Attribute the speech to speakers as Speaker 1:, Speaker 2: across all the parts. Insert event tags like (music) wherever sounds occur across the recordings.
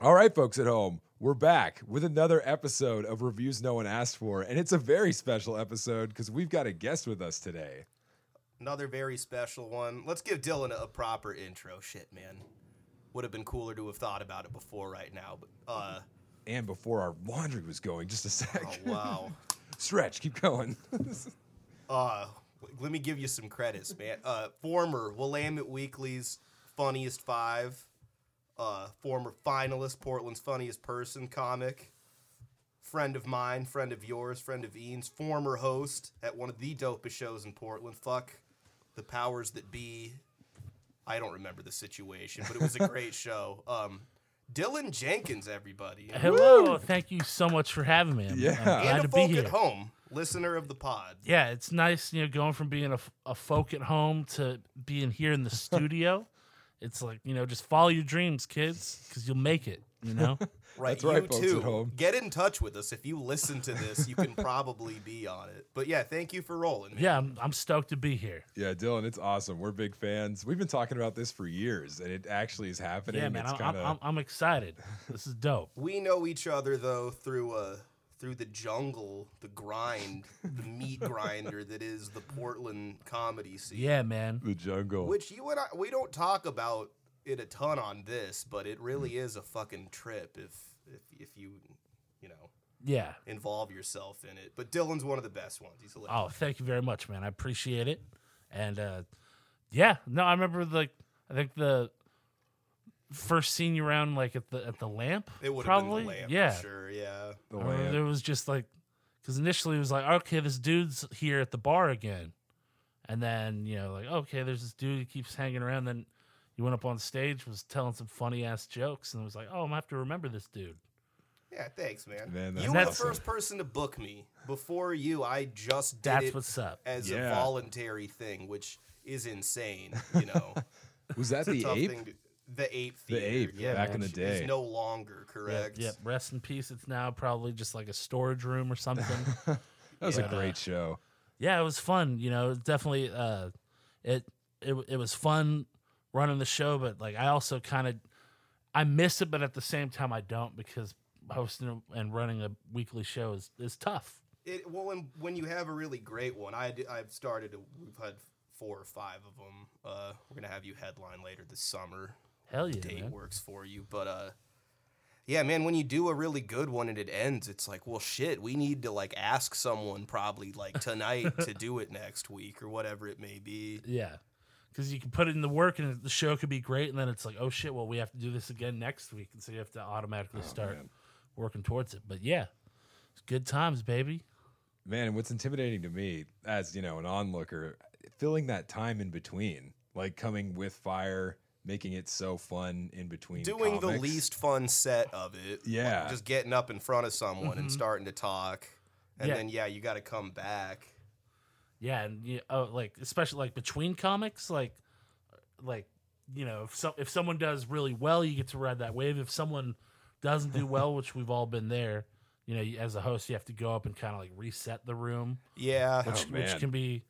Speaker 1: All right, folks at home, we're back with another episode of Reviews No One Asked For. And it's a very special episode because we've got a guest with us today.
Speaker 2: Another very special one. Let's give Dylan a proper intro. Shit, man. Would have been cooler to have thought about it before right now, but uh
Speaker 1: And before our laundry was going, just a sec.
Speaker 2: oh, wow.
Speaker 1: (laughs) Stretch, keep going. (laughs)
Speaker 2: uh w- let me give you some credits, man. Uh former Willamette Weekly's funniest five, uh former finalist Portland's funniest person comic, friend of mine, friend of yours, friend of Ian's, former host at one of the dopest shows in Portland. Fuck the powers that be. I don't remember the situation, but it was a great show. Um Dylan Jenkins, everybody.
Speaker 3: Hello, thank you so much for having me. I'm, I'm
Speaker 1: Yeah.
Speaker 3: glad
Speaker 2: and
Speaker 3: to
Speaker 2: a
Speaker 3: be
Speaker 2: folk
Speaker 3: here.
Speaker 2: at home, listener of the pod.
Speaker 3: Yeah, it's nice, you know, going from being a, f- a folk at home to being
Speaker 1: (laughs)
Speaker 3: here in the studio. It's like, you know, just follow your dreams, kids, because you'll make it, you
Speaker 1: (laughs)
Speaker 3: know?
Speaker 2: Right,
Speaker 1: That's right,
Speaker 2: you
Speaker 1: folks
Speaker 2: too.
Speaker 1: at home.
Speaker 2: Get in touch with us if you listen to this. You can probably be on it. But yeah, thank you for rolling. man.
Speaker 3: yeah, I'm, I'm stoked to be here.
Speaker 1: yeah, Dylan, it's awesome. We're big fans. We've been talking about this for years, and it actually is happening.
Speaker 3: Yeah, man,
Speaker 1: it's
Speaker 3: I'm, I'm, I'm, I'm excited. This is dope.
Speaker 2: We know each other though through uh through the jungle, the grind, the meat grinder that is the Portland comedy scene.
Speaker 3: Yeah, man.
Speaker 1: the jungle.
Speaker 2: Which you and I we don't talk about it a ton on this, but it really is a fucking trip if if if you you know
Speaker 3: Yeah.
Speaker 2: involve yourself in it. But Dylan's one of the best ones. He's hilarious.
Speaker 3: Oh, thank you very much, man. I appreciate it. And uh, yeah, no, I remember like I think the first scene you around like at the at the lamp.
Speaker 2: It would have been
Speaker 3: Oh, probably.
Speaker 2: the lamp
Speaker 3: yeah.
Speaker 2: for sure. Yeah.
Speaker 1: the
Speaker 3: I remember (laughs)
Speaker 1: lamp.
Speaker 3: there was just like because initially it was like okay, this dude's here at the bar again, and then you know like okay, there's this dude who keeps hanging around. Then you went up on stage, was telling some funny ass jokes, and was like, oh, I'm gonna have to remember this dude.
Speaker 2: Yeah, thanks, man.
Speaker 1: Man, that's
Speaker 2: you were the
Speaker 3: awesome.
Speaker 2: first person to book me. Before you, I just did
Speaker 3: That's
Speaker 2: it
Speaker 3: what's up.
Speaker 2: as
Speaker 1: Yeah.
Speaker 2: a voluntary thing, which is insane. You
Speaker 1: (laughs)
Speaker 2: know,
Speaker 1: Was that the
Speaker 2: Tough
Speaker 1: ape?
Speaker 2: thing to- the ape.
Speaker 1: The
Speaker 2: Theater,
Speaker 1: ape,
Speaker 2: Yeah,
Speaker 1: back
Speaker 3: man,
Speaker 1: in the
Speaker 2: which
Speaker 1: day.
Speaker 2: Is no longer
Speaker 3: Yep,
Speaker 2: correct.
Speaker 3: yep. Rest in peace. It's now probably just like a storage room or something.
Speaker 1: that was
Speaker 3: Yeah.
Speaker 1: a great show.
Speaker 3: yeah, it was fun. You know, definitely. Uh, it it it was fun running the show, but like I also kind of I miss it, but at the same time I don't because hosting and running a weekly show is is tough.
Speaker 2: It, well, when when you have a really great one, I d- I've started. To, we've had four or five of them. Uh, we're gonna have you headline later this summer.
Speaker 3: Hell yeah,
Speaker 2: date
Speaker 3: man.
Speaker 2: works for you. But uh yeah, man, when you do a really good one and it ends, it's like, well shit, we need to like ask someone probably like tonight
Speaker 3: (laughs)
Speaker 2: to do it next week or whatever it may be.
Speaker 3: yeah. Because you can put it in the work and the show could be great, and then it's like, oh shit, well we have to do this again next week, and so you have to automatically start working towards it. But yeah, it's good times, baby.
Speaker 1: Man, and what's intimidating to me as, you know, an onlooker, filling that time in between, like coming with fire, making it so fun in between.
Speaker 2: Doing the
Speaker 1: comics. (laughs)
Speaker 2: least fun set of it.
Speaker 1: Yeah.
Speaker 2: Just getting up in front of someone and starting to talk. And
Speaker 3: Mm-hmm. Yeah.
Speaker 2: then yeah, you gotta come back.
Speaker 3: Yeah, and you oh, like especially like between comics, like like you know if so, if someone does really well, you get to ride that wave. If someone doesn't
Speaker 1: (laughs)
Speaker 3: do well, which we've all been there, you know, you- as a host, you have to go up and kind of like reset the room,
Speaker 2: Yeah.
Speaker 3: which,
Speaker 1: Oh, man.
Speaker 3: which can be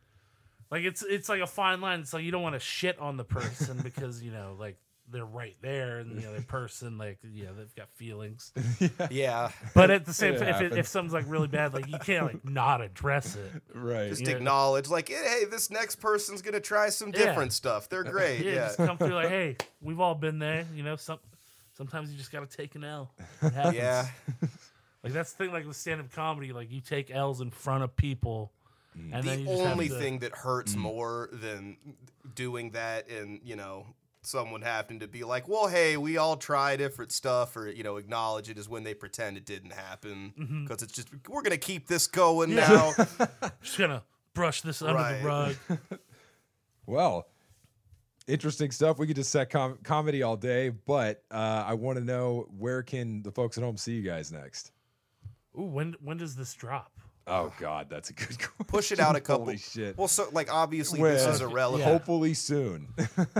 Speaker 3: like it's it's like a fine line. It's like you don't want to shit on the person (laughs) because you know like they're right there and the other person like you know they've got feelings.
Speaker 2: (laughs) yeah.
Speaker 3: But at the same
Speaker 1: It
Speaker 3: time, if, it, if
Speaker 1: happens.
Speaker 3: something's like really bad, like you can't like not address it.
Speaker 1: Right.
Speaker 2: Just
Speaker 3: Yeah.
Speaker 2: acknowledge like, hey, this next person's gonna try some
Speaker 3: Yeah.
Speaker 2: different stuff.
Speaker 3: (laughs)
Speaker 2: They're great.
Speaker 3: Yeah,
Speaker 2: yeah.
Speaker 3: just come
Speaker 2: (laughs)
Speaker 3: through like, hey, we've all been there. You know, some sometimes you just gotta take an L. It
Speaker 2: (laughs)
Speaker 3: happens.
Speaker 2: Yeah.
Speaker 3: Like that's the thing, like with stand up comedy, like you take L's in front of people and then
Speaker 2: Mm.
Speaker 3: you
Speaker 2: the
Speaker 3: just have
Speaker 2: only
Speaker 3: to- Mm-hmm.
Speaker 2: thing that hurts more than doing that and you know someone having to be like well hey we all try different stuff or you know acknowledge it is when they pretend it didn't happen because it's just we're gonna keep this going
Speaker 3: Mm-hmm. Yeah. (laughs)
Speaker 2: now
Speaker 3: just gonna brush this under
Speaker 2: Right.
Speaker 3: the
Speaker 2: (laughs)
Speaker 3: rug.
Speaker 1: Well, interesting stuff. We could just set com- comedy all day, but uh, I want to know where can the folks at home see you guys next?
Speaker 3: Ooh, when when does this drop?
Speaker 1: Oh God, that's a good (laughs) question.
Speaker 2: push it out a couple
Speaker 1: Holy shit.
Speaker 2: well so like obviously this
Speaker 1: Well,
Speaker 2: is irrelevant
Speaker 3: yeah.
Speaker 1: Hopefully soon. (laughs)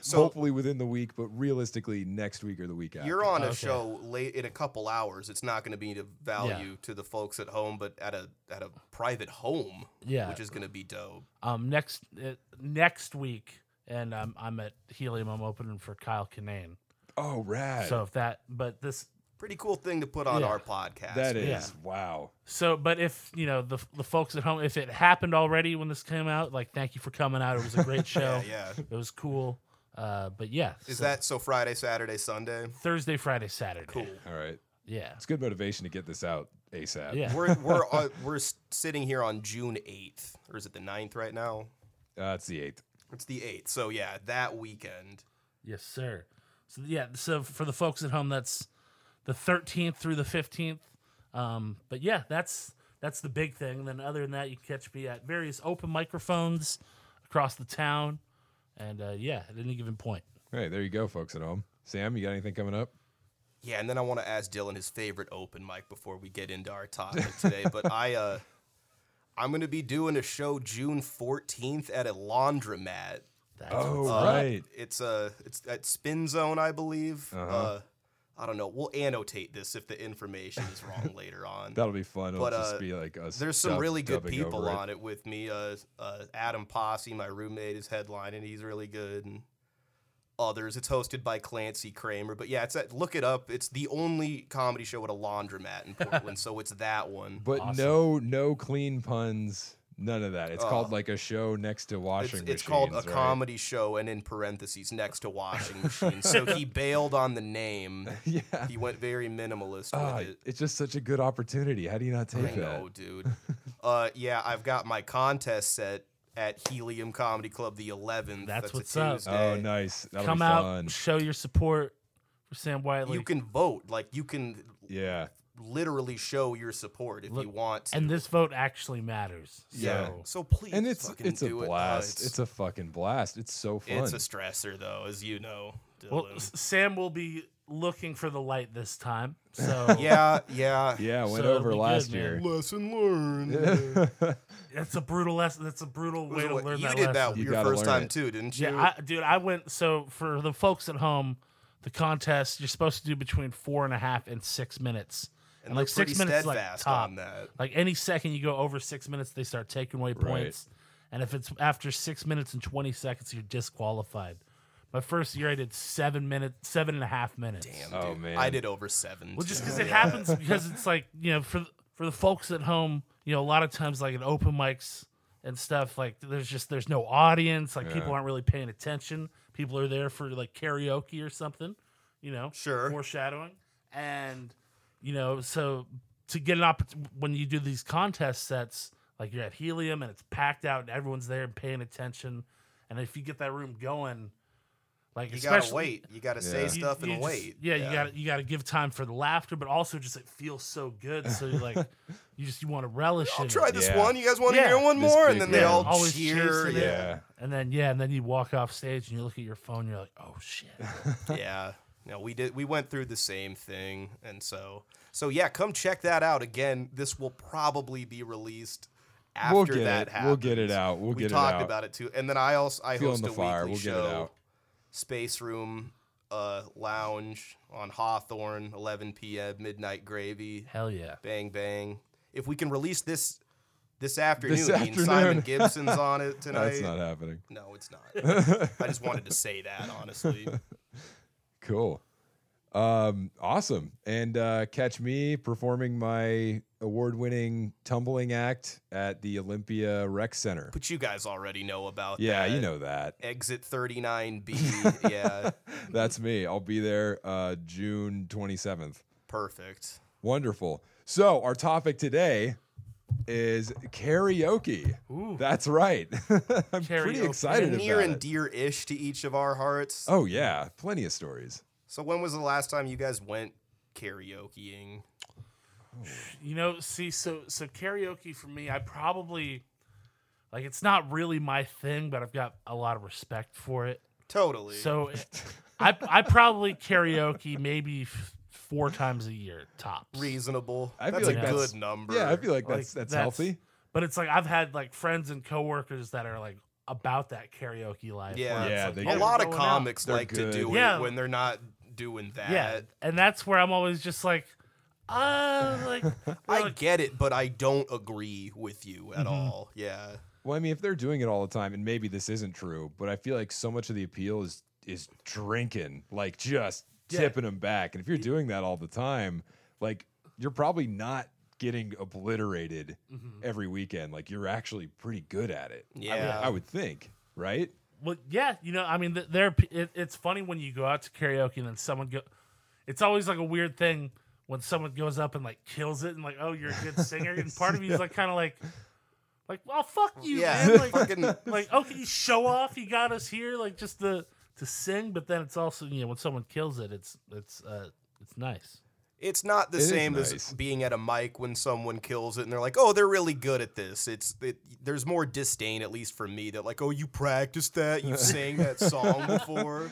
Speaker 2: So-
Speaker 1: Hopefully within the week, but realistically next week or the week after.
Speaker 2: You're on a
Speaker 3: Okay.
Speaker 2: show late in a couple hours. It's not going to be of value to the folks at home, but at a at a private home,
Speaker 3: Yeah.
Speaker 2: which is going to be dope.
Speaker 3: Um next uh, next week and um, I'm at Helium, I'm opening for Kyle Kinane.
Speaker 1: Oh, rad.
Speaker 3: So if that, but this,
Speaker 2: Pretty cool thing to put on
Speaker 3: Yeah.
Speaker 2: our podcast.
Speaker 1: that is
Speaker 3: yeah.
Speaker 1: wow.
Speaker 3: so but if you know the the folks at home, if it happened already when this came out, like thank you for coming out. It was
Speaker 2: (laughs)
Speaker 3: a great show.
Speaker 2: Yeah,
Speaker 3: (laughs)
Speaker 2: yeah.
Speaker 3: It was cool. Uh, but yeah,
Speaker 2: Is
Speaker 3: so
Speaker 2: that so Friday, Saturday, Sunday?
Speaker 3: Thursday, Friday, Saturday?
Speaker 2: Cool.
Speaker 1: All right,
Speaker 3: Yeah.
Speaker 1: it's good motivation to get this out asap.
Speaker 3: Yeah.
Speaker 2: We're
Speaker 1: (laughs)
Speaker 2: we're uh, we're s- sitting here on June 8th or is it the 9th right now?
Speaker 1: uh, it's the eighth.
Speaker 2: It's the 8th. So yeah, that weekend.
Speaker 3: Yes, sir. So yeah, so for the folks at home, that's the 13th through the 15th. Um, but yeah, that's that's the big thing. And then other than that, you can catch me at various open microphones across the town, and uh, yeah, at any given point.
Speaker 1: All right, there you go, folks at home. Sam, you got anything coming up?
Speaker 2: Yeah, and then I want to ask Dylan his favorite open mic before we get into our topic today. but I, uh, I'm going to be doing a show June 14th at a laundromat.
Speaker 3: That's
Speaker 1: Oh,
Speaker 3: what's up.
Speaker 1: right.
Speaker 2: It's uh, it's at Spin Zone, I believe. uh
Speaker 1: Uh-huh.
Speaker 2: I don't know. We'll annotate this if the information
Speaker 1: (laughs)
Speaker 2: is wrong later on.
Speaker 1: That'll be fun. It'll
Speaker 2: But, uh,
Speaker 1: just be like us.
Speaker 2: There's some
Speaker 1: dub-
Speaker 2: really good
Speaker 1: dubbing
Speaker 2: people
Speaker 1: over
Speaker 2: on it with me. Uh, uh, Adam Posse, my roommate, is headlining. He's really good, and others. It's hosted by Clancy Kramer. But yeah, it's at, look it up. It's the only comedy show at a laundromat in Portland, so it's that one.
Speaker 1: But
Speaker 3: Awesome.
Speaker 1: no, no clean puns. None of that. It's called
Speaker 2: Uh,
Speaker 1: like a show next to (laughs)
Speaker 2: It's,
Speaker 1: washing.
Speaker 2: it's called a
Speaker 1: machines, right?
Speaker 2: comedy show, and in parentheses, next to washing machine. so
Speaker 1: (laughs)
Speaker 2: he bailed on the name.
Speaker 1: (laughs) yeah.
Speaker 2: He went very minimalist
Speaker 1: Ah,
Speaker 2: with it.
Speaker 1: it's just such a good opportunity. How do you not take
Speaker 2: I
Speaker 1: that?
Speaker 2: know, dude. (laughs) uh, yeah, I've got my contest set at Helium Comedy Club the 11th.
Speaker 3: That's
Speaker 2: a
Speaker 3: what's up.
Speaker 2: Tuesday.
Speaker 1: Oh, nice. That'll
Speaker 3: Come
Speaker 1: be
Speaker 3: out,
Speaker 1: fun.
Speaker 3: show your support for Sam Whiteley.
Speaker 2: you can vote. Like you can
Speaker 1: Yeah.
Speaker 2: literally show your support if you
Speaker 3: Look,
Speaker 2: want. To.
Speaker 3: and this vote actually matters. So.
Speaker 2: yeah.
Speaker 1: so-
Speaker 2: So please,
Speaker 1: And it's
Speaker 2: fucking
Speaker 1: it's a
Speaker 2: do it. Uh,
Speaker 1: blast.
Speaker 2: it's
Speaker 1: it's, a fucking blast. It's so fun.
Speaker 2: it's a stressor though, as you know.
Speaker 3: Well,
Speaker 2: Dylan.
Speaker 3: (laughs) S- Sam will be looking for the light this time. So
Speaker 2: yeah, yeah.
Speaker 1: yeah, went
Speaker 3: so it'll
Speaker 1: over
Speaker 3: be good,
Speaker 1: last
Speaker 3: man.
Speaker 1: year.
Speaker 2: Lesson learned.
Speaker 3: that's a brutal lesson. That's a brutal way to
Speaker 2: What-
Speaker 3: learn
Speaker 2: you
Speaker 3: that
Speaker 2: did
Speaker 3: lesson.
Speaker 2: that
Speaker 1: You
Speaker 2: your
Speaker 1: gotta
Speaker 2: first
Speaker 1: learn
Speaker 2: time
Speaker 1: it.
Speaker 2: too, didn't you?
Speaker 3: Yeah, I, dude, I went. So for the folks at home, the contest you're supposed to do between four and a half and six minutes,
Speaker 2: and
Speaker 3: like
Speaker 2: they're
Speaker 3: six
Speaker 2: pretty
Speaker 3: minutes is, like,
Speaker 2: steadfast
Speaker 3: top.
Speaker 2: on that.
Speaker 3: like any second you go over six minutes, they start taking away points. And if it's after six minutes and twenty seconds, you're disqualified. My first year, I did seven minutes, seven and a half minutes.
Speaker 1: (laughs)
Speaker 2: Damn,
Speaker 1: Oh,
Speaker 2: dude.
Speaker 1: man.
Speaker 2: I did over seven.
Speaker 3: Well, just
Speaker 2: too.
Speaker 3: because
Speaker 2: (laughs)
Speaker 3: it happens, because it's like you know, for for the folks at home, you know, a lot of times like in open mics and stuff, like there's just there's no audience, like people
Speaker 1: Yeah.
Speaker 3: aren't really paying attention. People are there for like karaoke or something, you know,
Speaker 2: Sure.
Speaker 3: foreshadowing, and you know, so to get an opportunity when you do these contest sets, like you're at Helium and it's packed out and everyone's there and paying attention, and if you get that room going. Like
Speaker 2: You
Speaker 3: especially,
Speaker 2: gotta wait. You gotta say
Speaker 1: Yeah.
Speaker 3: you-
Speaker 2: stuff
Speaker 3: you
Speaker 2: and
Speaker 3: just-
Speaker 2: wait.
Speaker 3: Yeah, you got to you got to give time for the laughter, but also just it feels so good. So you're
Speaker 2: (laughs)
Speaker 3: like, you just you want to relish
Speaker 2: I'll
Speaker 3: in
Speaker 2: try
Speaker 3: it.
Speaker 2: this
Speaker 1: Yeah.
Speaker 2: one. You guys want to
Speaker 3: Yeah.
Speaker 2: hear one
Speaker 1: This
Speaker 2: more?
Speaker 1: big
Speaker 2: And then they
Speaker 1: round.
Speaker 2: all
Speaker 3: Always
Speaker 2: cheer.
Speaker 3: cheers to
Speaker 2: Yeah.
Speaker 1: yeah.
Speaker 3: And then yeah, and then you walk off stage and you look at your phone. You're like, oh shit.
Speaker 2: yeah. No, we did. We went through the same thing, and so so yeah. Come check that out again. This will probably be released after
Speaker 1: We'll get
Speaker 2: that
Speaker 1: it.
Speaker 2: happens.
Speaker 1: We'll get it out. We'll
Speaker 2: we
Speaker 1: get it
Speaker 2: talked
Speaker 1: out.
Speaker 2: about it too, and then I also I
Speaker 1: Feeling
Speaker 2: host
Speaker 1: the
Speaker 2: a
Speaker 1: fire.
Speaker 2: weekly
Speaker 1: We'll get
Speaker 2: show,
Speaker 1: it out.
Speaker 2: Space Room uh, Lounge on Hawthorne, 11 p.m. Midnight Gravy.
Speaker 3: Hell yeah.
Speaker 2: Bang bang. If we can release this this afternoon, me and
Speaker 1: (laughs)
Speaker 2: Simon
Speaker 1: afternoon.
Speaker 2: Gibson's on it tonight.
Speaker 1: That's not happening.
Speaker 2: No, it's not. I just wanted to say that
Speaker 1: (laughs)
Speaker 2: honestly.
Speaker 1: Cool. Um, awesome. And uh, catch me performing my award winning tumbling act at the Olympia Rec Center.
Speaker 2: But you guys already know about
Speaker 1: Yeah,
Speaker 2: that.
Speaker 1: you know that.
Speaker 2: Exit
Speaker 1: (laughs)
Speaker 2: 39B. yeah,
Speaker 1: That's me. I'll be there uh, June 27th.
Speaker 2: perfect.
Speaker 1: Wonderful. So, our topic today is karaoke.
Speaker 3: Ooh.
Speaker 1: That's right. (laughs) I'm pretty
Speaker 3: Karaoke.
Speaker 1: excited
Speaker 2: Near
Speaker 1: about
Speaker 2: and
Speaker 1: it.
Speaker 2: dear-ish to each of our hearts.
Speaker 1: Oh, yeah. Plenty of stories.
Speaker 2: So when was the last time you guys went karaokeing?
Speaker 3: You know, see, so so karaoke for me, I probably like it's not really my thing, but I've got a lot of respect for it.
Speaker 2: Totally. (laughs)
Speaker 3: So I I probably karaoke maybe f- four times a year tops.
Speaker 2: reasonable.
Speaker 1: I
Speaker 2: that's
Speaker 1: feel like
Speaker 2: a
Speaker 1: that's-
Speaker 2: good number.
Speaker 1: Yeah, I feel like that's,
Speaker 3: Like,
Speaker 1: that's healthy.
Speaker 3: But it's like I've had like friends and coworkers that are like about that karaoke life.
Speaker 2: Yeah.
Speaker 3: where it's
Speaker 1: Yeah,
Speaker 3: like, "Oh,
Speaker 1: they
Speaker 2: a
Speaker 1: do.
Speaker 2: lot
Speaker 3: we're
Speaker 2: of
Speaker 3: going out.
Speaker 2: comics
Speaker 1: They're
Speaker 2: like to do
Speaker 1: good.
Speaker 2: it
Speaker 3: Yeah.
Speaker 2: when they're not doing that.
Speaker 3: Yeah, and that's where I'm always just like, uh, like
Speaker 2: I
Speaker 3: like, Mm-hmm.
Speaker 2: get it, but I don't agree with you at all. Yeah.
Speaker 1: Well, I mean, if they're doing it all the time, and maybe this isn't true, but I feel like so much of the appeal is is drinking, like just
Speaker 3: Yeah.
Speaker 1: tipping them back. And if you're doing that all the time, like you're probably not getting obliterated
Speaker 3: Mhm.
Speaker 1: every weekend. Like you're actually pretty good at it. I would-
Speaker 2: Yeah.
Speaker 1: I would think, right?
Speaker 3: Well, yeah, you know, I mean, th- there. It, it's funny when you go out to karaoke and then someone go. It's always like a weird thing when someone goes up and like kills it and like, oh, you're a good singer, and part of you is like, kind of like, like, well, fuck you,
Speaker 2: yeah, (laughs)
Speaker 3: man. Like,
Speaker 2: fucking
Speaker 3: like, okay, you show off, you got us here, like just to to sing, but then it's also you know when someone kills it, it's it's uh it's nice.
Speaker 2: It's not the
Speaker 1: It is
Speaker 2: same
Speaker 1: nice.
Speaker 2: as being at a mic when someone kills it and they're like, "Oh, they're really good at this." It's it, there's more disdain, at least for me, that like, "Oh, you practiced
Speaker 1: (laughs)
Speaker 2: that? You sang that song
Speaker 3: (laughs)
Speaker 2: before?"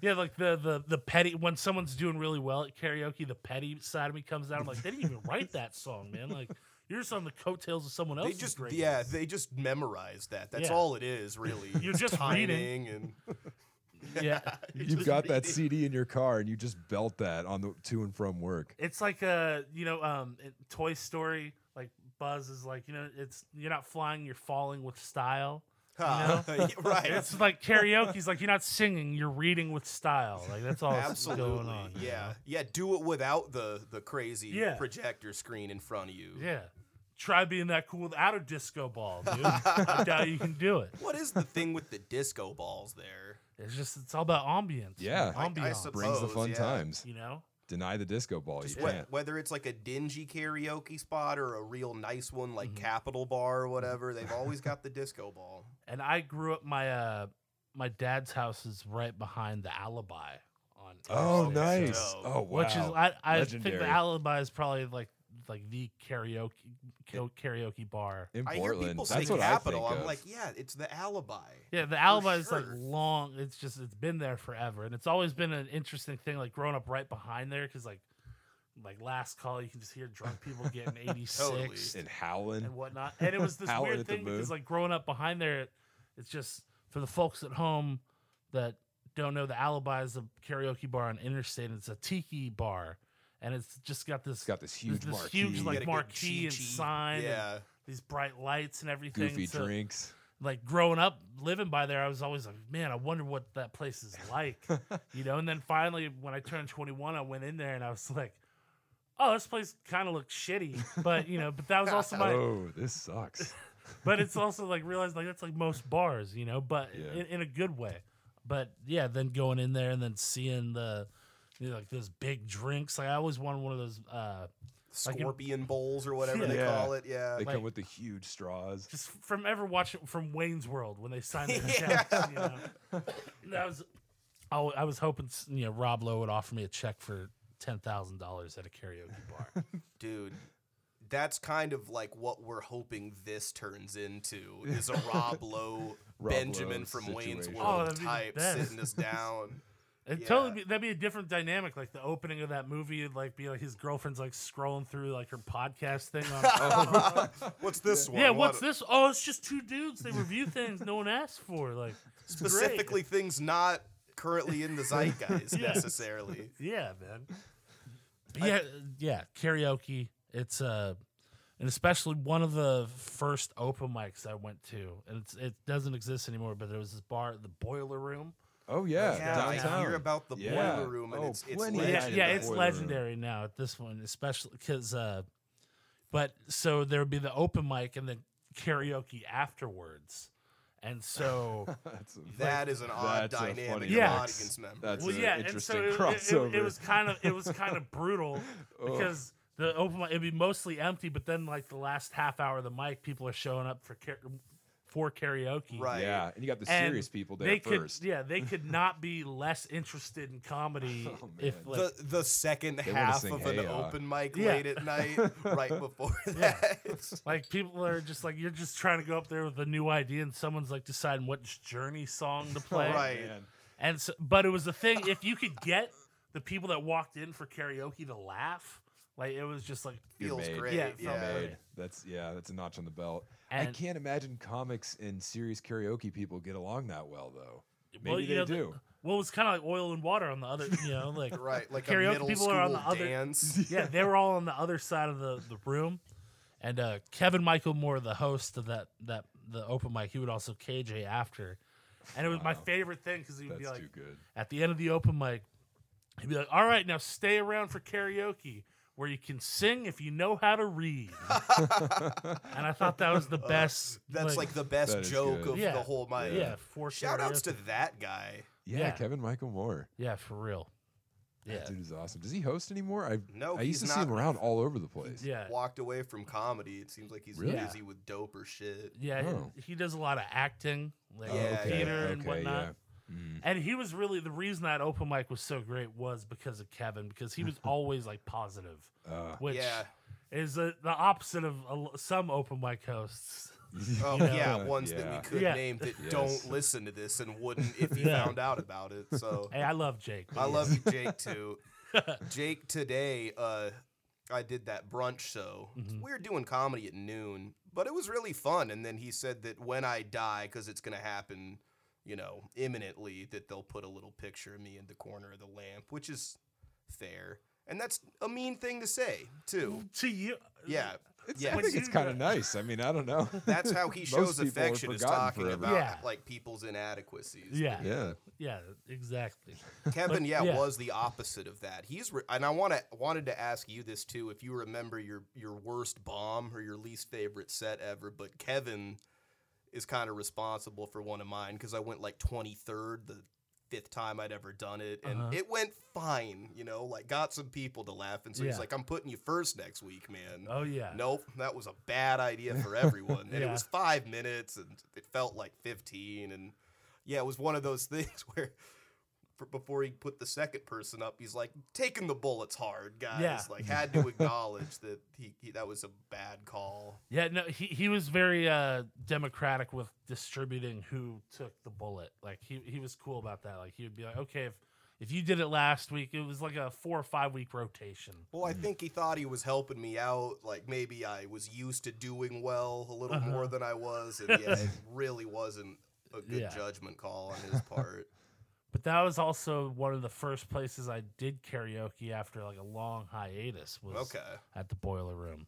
Speaker 3: Yeah, like the the the petty when someone's doing really well at karaoke, the petty side of me comes out. I'm like, they didn't even write that song, man. Like you're just on the coattails of someone
Speaker 2: They
Speaker 3: else's
Speaker 2: just
Speaker 3: greatness.
Speaker 2: yeah, they just memorized that. That's
Speaker 3: Yeah.
Speaker 2: all it is, really.
Speaker 3: (laughs) You're
Speaker 2: It's
Speaker 3: just reading.
Speaker 2: timing and (laughs)
Speaker 3: yeah.
Speaker 1: You've got that CD in your car and you just belt that on the to and from work.
Speaker 3: It's like a you know um in Toy Story like Buzz is like you know it's you're not flying, you're falling with style.
Speaker 2: Ha. Ah, (laughs) right.
Speaker 3: It's like karaoke's like you're not singing, you're reading with style. Like that's all that's Oh, going
Speaker 2: Absolutely.
Speaker 3: on. you
Speaker 2: Yeah. Yeah, do it without the the crazy
Speaker 3: Yeah.
Speaker 2: projector screen in front of you. (laughs)
Speaker 3: know? Yeah. Try being that cool without a disco ball, dude. I doubt you can do it.
Speaker 2: What is the thing with the disco balls there?
Speaker 3: It's just it's all about ambience.
Speaker 1: Yeah.
Speaker 2: I- I
Speaker 3: Ambiance.
Speaker 2: sup-
Speaker 1: Brings the
Speaker 2: Suppose,
Speaker 1: fun
Speaker 2: yeah.
Speaker 1: times.
Speaker 3: you know?
Speaker 1: Deny the disco ball.
Speaker 2: Just
Speaker 1: Oh, you
Speaker 2: whe-
Speaker 1: can't.
Speaker 2: whether it's like a dingy karaoke spot or a real nice one like
Speaker 3: Mm-hmm.
Speaker 2: Capital Bar or whatever, they've always got the disco ball.
Speaker 3: And I grew up my uh my dad's house is right behind the alibi on
Speaker 1: Oh,
Speaker 3: Interstate,
Speaker 1: nice.
Speaker 3: so-
Speaker 2: dope.
Speaker 1: Oh, wow.
Speaker 3: Which is I, I think
Speaker 1: Legendary.
Speaker 3: the alibi is probably like like the karaoke ka- karaoke bar.
Speaker 1: in
Speaker 2: I hear
Speaker 1: Portland.
Speaker 2: people
Speaker 1: That's
Speaker 2: say
Speaker 1: what
Speaker 2: Capital.
Speaker 1: I
Speaker 2: I'm
Speaker 1: think of.
Speaker 2: like, yeah, it's the alibi.
Speaker 3: Yeah, the alibi is like
Speaker 2: sure.
Speaker 3: long. It's just it's been there forever, and it's always been an interesting thing. Like growing up right behind there, because like like last call, you can just hear drunk people
Speaker 1: (laughs)
Speaker 3: getting eighty six
Speaker 1: and howling.
Speaker 3: and whatnot. And it was this
Speaker 1: Howling
Speaker 3: weird
Speaker 1: at the
Speaker 3: thing
Speaker 1: moon.
Speaker 3: because like growing up behind there, it's just for the folks at home that don't know the alibi is a karaoke bar on Interstate. And it's a tiki bar, and it's just got this
Speaker 1: It's got this huge
Speaker 3: this
Speaker 1: marquee,
Speaker 3: huge,
Speaker 2: You
Speaker 3: like,
Speaker 2: get a good
Speaker 3: marquee and
Speaker 2: chi-chi.
Speaker 3: sign and-
Speaker 2: Yeah.
Speaker 3: these bright lights and everything.
Speaker 1: goofy
Speaker 3: So,
Speaker 1: drinks.
Speaker 3: Like growing up, living by there, I was always like, man, I wonder what that place is like, you know. And then finally, when I turned 21, I went in there and I was like, oh, this place kind of looks shitty, but you know, but that was also
Speaker 1: (laughs)
Speaker 3: my
Speaker 1: Oh, this
Speaker 3: (laughs)
Speaker 1: sucks.
Speaker 3: but it's also like realizing like that's like most bars, you know, but
Speaker 1: Yeah.
Speaker 3: in, in a good way. But yeah, then going in there and then seeing the you know, like those big drinks. Like I always wanted one of those uh Like in-
Speaker 2: Scorpion bowls or whatever they
Speaker 1: Yeah.
Speaker 2: call it. Yeah.
Speaker 1: They
Speaker 3: Like-
Speaker 1: come with the huge straws.
Speaker 3: just from ever watching from Wayne's World when they
Speaker 2: (laughs)
Speaker 3: signed their
Speaker 2: Yeah.
Speaker 3: checks, you know. That was I, wa- I was hoping you know Rob Lowe would offer me a check for ten thousand dollars at a karaoke
Speaker 2: (laughs)
Speaker 3: bar.
Speaker 2: Dude. That's kind of like what we're hoping this turns into is a
Speaker 1: (laughs)
Speaker 2: Rob Lowe,
Speaker 1: Rob
Speaker 2: Benjamin
Speaker 1: Lowe
Speaker 2: from Wayne's
Speaker 1: situation.
Speaker 3: Oh,
Speaker 2: World
Speaker 3: that'd be the
Speaker 2: type
Speaker 3: best. (laughs)
Speaker 2: sitting us down.
Speaker 3: It
Speaker 2: Yeah.
Speaker 3: totally be, that'd be a different dynamic. Like the opening of that movie, it'd like be like his girlfriend's like scrolling through like her podcast thing
Speaker 2: (laughs)
Speaker 3: on
Speaker 1: Oh.
Speaker 2: what's this one?
Speaker 3: Yeah,
Speaker 2: Oh, What-
Speaker 3: what's this? Oh, it's just two dudes. They review things no one asked for. Like it's great.
Speaker 2: Specifically, things not currently in the zeitgeist
Speaker 3: (laughs) Yes.
Speaker 2: necessarily.
Speaker 3: Yeah, man. But yeah, yeah. Karaoke. It's uh, and especially one of the first open mics I went to, and it's, it doesn't exist anymore. But there was this bar, the Boiler Room.
Speaker 1: Oh yeah,
Speaker 2: Yeah, I
Speaker 1: downtown.
Speaker 2: hear about the
Speaker 1: Yeah.
Speaker 2: boiler room and
Speaker 1: Oh,
Speaker 2: it's, it's
Speaker 1: plenty of
Speaker 3: yeah,
Speaker 1: shit
Speaker 3: yeah,
Speaker 1: in the
Speaker 3: it's
Speaker 1: Boiler
Speaker 3: legendary now at this one, especially because. Uh, but so there would be the open mic and then karaoke afterwards, and so.
Speaker 1: That's a-
Speaker 2: That is an odd
Speaker 1: That's a
Speaker 2: dynamic
Speaker 1: funny
Speaker 2: of
Speaker 3: Yeah.
Speaker 1: mix.
Speaker 2: audience member.
Speaker 1: (laughs) That's
Speaker 3: well,
Speaker 1: an
Speaker 3: yeah, and so
Speaker 1: interesting
Speaker 3: it, it-
Speaker 1: crossover.
Speaker 3: It, was kind of it was kind of brutal
Speaker 1: (laughs)
Speaker 3: because the open mic it'd be mostly empty, but then like the last half hour of the mic, people are showing up for car- for karaoke.
Speaker 2: Right.
Speaker 1: Oh, yeah, and you got the
Speaker 3: And
Speaker 1: serious people there
Speaker 3: They
Speaker 1: first.
Speaker 3: could, yeah, they
Speaker 1: (laughs)
Speaker 3: could not be less interested in comedy if
Speaker 1: Oh, man.
Speaker 3: like,
Speaker 2: the the second
Speaker 1: wanna
Speaker 2: half
Speaker 1: sing
Speaker 2: of
Speaker 1: Hey
Speaker 2: an
Speaker 1: Ya.
Speaker 2: open mic
Speaker 3: Yeah.
Speaker 2: late at night,
Speaker 3: (laughs)
Speaker 2: right before
Speaker 3: Yeah.
Speaker 2: that.
Speaker 3: like people are just like you're just trying to go up there with a new idea, and someone's like deciding which Journey song to play.
Speaker 2: Right.
Speaker 1: Man.
Speaker 3: And so, but it was the thing if you could get the people that walked in for karaoke to laugh, like it was just like
Speaker 1: You're
Speaker 2: Feels
Speaker 1: made.
Speaker 2: great. Yeah,
Speaker 3: Yeah, it felt great.
Speaker 2: (laughs)
Speaker 1: Made. That's yeah, that's a notch on the belt. I
Speaker 3: And-
Speaker 1: can't imagine comics and serious karaoke people get along that well though. Maybe
Speaker 3: Well, you
Speaker 1: they
Speaker 3: know, the-
Speaker 1: do.
Speaker 3: Well, it's kind of like oil and water on the other, you know,
Speaker 1: (laughs)
Speaker 3: like
Speaker 2: right. Like a
Speaker 3: Karaoke
Speaker 2: middle
Speaker 3: people
Speaker 2: school
Speaker 3: are on the other-
Speaker 2: dance.
Speaker 3: (laughs) yeah, they were all on the other side of the, the room, and uh, Kevin Michael Moore, the host of that that the open mic, he would also KJ after, and it was my favorite thing because he would
Speaker 1: That's
Speaker 3: be like
Speaker 1: too good.
Speaker 3: at the end of the open mic, He'd be like, "All right, now stay around for karaoke." Where you can sing if you know how to read,
Speaker 2: (laughs)
Speaker 1: (laughs)
Speaker 3: and I thought that was
Speaker 1: Uh,
Speaker 3: the best.
Speaker 2: (laughs) That's like, the best
Speaker 1: That is
Speaker 2: joke
Speaker 1: good.
Speaker 2: of
Speaker 3: Yeah.
Speaker 2: the whole my
Speaker 3: yeah, for
Speaker 2: Shout outs
Speaker 3: karaoke.
Speaker 2: to that guy.
Speaker 1: yeah,
Speaker 3: Yeah.
Speaker 1: Kevin Michael Moore.
Speaker 3: yeah, for real. Yeah,
Speaker 1: That dude is awesome. Does he host anymore? I
Speaker 2: No,
Speaker 1: I used to
Speaker 2: Oh, he's
Speaker 1: see
Speaker 2: not-
Speaker 1: him around all over the place.
Speaker 3: yeah,
Speaker 2: Walked away from comedy. It seems like he's
Speaker 1: Really?
Speaker 2: busy with dope or shit.
Speaker 3: yeah.
Speaker 1: Oh.
Speaker 3: He, he does a lot of acting, like
Speaker 2: Oh, Yeah, okay,
Speaker 3: theater and
Speaker 1: okay,
Speaker 3: whatnot.
Speaker 1: yeah. Mm.
Speaker 3: And he was really the reason that open mic was so great was because of Kevin
Speaker 2: (laughs)
Speaker 3: because he was always like positive,
Speaker 1: Uh,
Speaker 3: which
Speaker 2: yeah.
Speaker 3: is uh the opposite of a l some open mic hosts.
Speaker 1: (laughs)
Speaker 2: Oh
Speaker 3: know?
Speaker 2: yeah, ones that
Speaker 1: Uh, Yeah.
Speaker 2: we could
Speaker 3: Yeah.
Speaker 2: name that
Speaker 1: Yes.
Speaker 2: don't listen to this and wouldn't if he
Speaker 3: Yeah.
Speaker 2: found out about it. So
Speaker 3: Hey, I love Jake. but
Speaker 2: I
Speaker 3: yeah.
Speaker 2: love
Speaker 1: (laughs)
Speaker 2: you, Jake too. Jake today, uh, I did that brunch show. It's
Speaker 1: Mm-hmm.
Speaker 2: weird doing comedy at noon, but it was really fun. And then he said that when I die, because it's gonna happen, you know, imminently, that they'll put a little picture of me in the corner of the lamp, which is fair. And that's a mean thing to say
Speaker 1: Mm,
Speaker 2: too.
Speaker 3: to you.
Speaker 1: uh,
Speaker 2: Yeah,
Speaker 1: It's,
Speaker 2: yeah.
Speaker 1: I think it's kind of
Speaker 3: Yeah.
Speaker 1: nice. I mean, I don't know.
Speaker 2: That's how
Speaker 1: (laughs)
Speaker 2: he
Speaker 1: Most
Speaker 2: shows
Speaker 1: people are
Speaker 2: affection is
Speaker 1: forgotten
Speaker 2: talking
Speaker 1: forever.
Speaker 2: about
Speaker 3: Yeah.
Speaker 2: like people's inadequacies.
Speaker 3: yeah, yeah,
Speaker 1: yeah.
Speaker 3: exactly.
Speaker 2: (laughs) Kevin,
Speaker 3: Like,
Speaker 2: yeah,
Speaker 3: yeah.
Speaker 2: was the opposite of that. He's re- and I want to wanted to ask you this too, if you remember your your worst bomb or your least favorite set ever. But Kevin is kind of responsible for one of mine because I went like twenty third the fifth time I'd ever done it, and
Speaker 3: Uh-huh.
Speaker 2: it went fine. You know, like got some people to laugh, and so
Speaker 3: Yeah.
Speaker 2: he's like, "I'm putting you first next week, man."
Speaker 3: Oh yeah,
Speaker 2: Nope, that was a bad idea for everyone. And it
Speaker 3: Yeah.
Speaker 2: was five minutes, and it felt like fifteen. And yeah, it was one of those (laughs) things where for, before he put the second person up, he's like taking the bullets hard, guys.
Speaker 3: Yeah.
Speaker 2: Like had to acknowledge that he, he that was a bad call.
Speaker 3: yeah. No, he he was very uh, democratic with distributing who took the bullet. Like he he was cool about that. Like he would be like, okay, if if you did it last week, it was like a four or five week rotation.
Speaker 2: Well, I think he thought he was helping me out. Like maybe I was used to doing well a little
Speaker 3: Uh-huh.
Speaker 2: more than I was, and yeah,
Speaker 3: (laughs)
Speaker 2: it really wasn't a good
Speaker 3: Yeah.
Speaker 2: judgment call on his
Speaker 3: (laughs)
Speaker 2: part.
Speaker 3: But that was also one of the first places I did karaoke after like a long hiatus was
Speaker 2: okay.
Speaker 3: at the boiler room.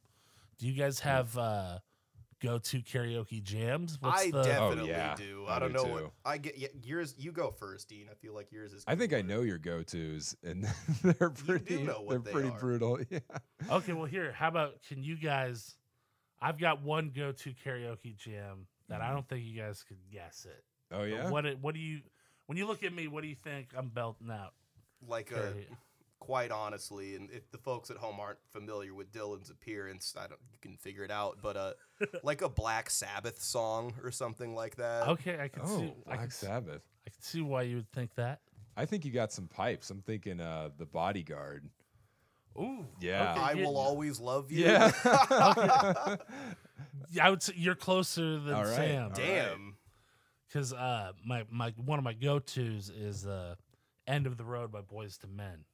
Speaker 3: Do you guys have uh go to karaoke jams?
Speaker 2: I
Speaker 3: the
Speaker 2: definitely
Speaker 1: Oh, yeah.
Speaker 2: do.
Speaker 1: I
Speaker 2: I don't
Speaker 1: do
Speaker 2: know what
Speaker 1: too.
Speaker 2: I get. Yeah, yours, you go first, Dean. I feel like yours is.
Speaker 1: I think I
Speaker 2: cooler.
Speaker 1: know your go-tos, and (laughs) they're pretty.
Speaker 2: know what
Speaker 1: they're
Speaker 2: they
Speaker 1: pretty
Speaker 2: are.
Speaker 1: brutal. (laughs) Yeah.
Speaker 3: Okay, well here, how about can you guys I've got one go to karaoke jam that
Speaker 2: Mm-hmm.
Speaker 3: I don't think you guys could guess it.
Speaker 1: Oh
Speaker 3: But
Speaker 1: yeah.
Speaker 3: What it- what do you when you look at me, what do you think I'm belting out?
Speaker 2: Like a,
Speaker 3: Karaoke.
Speaker 2: quite honestly, and if the folks at home aren't familiar with Dylan's appearance, I don't. You can figure it out, but
Speaker 3: (laughs)
Speaker 2: uh, like a Black Sabbath song or something like that.
Speaker 3: Okay, I can see
Speaker 1: Oh,
Speaker 3: I can,
Speaker 1: Black
Speaker 3: s-
Speaker 1: Sabbath.
Speaker 3: I can see why you would think that.
Speaker 1: I think you got some pipes. I'm thinking uh the
Speaker 2: (laughs)
Speaker 1: bodyguard.
Speaker 3: Ooh.
Speaker 1: Yeah.
Speaker 3: okay,
Speaker 2: I
Speaker 3: you-
Speaker 2: will always love you. (laughs)
Speaker 1: Yeah.
Speaker 3: I would say you're closer than
Speaker 1: All right,
Speaker 3: Sam.
Speaker 1: (laughs) all
Speaker 2: Damn.
Speaker 3: because uh my my one of my go tos is uh end of the road by Boys to Men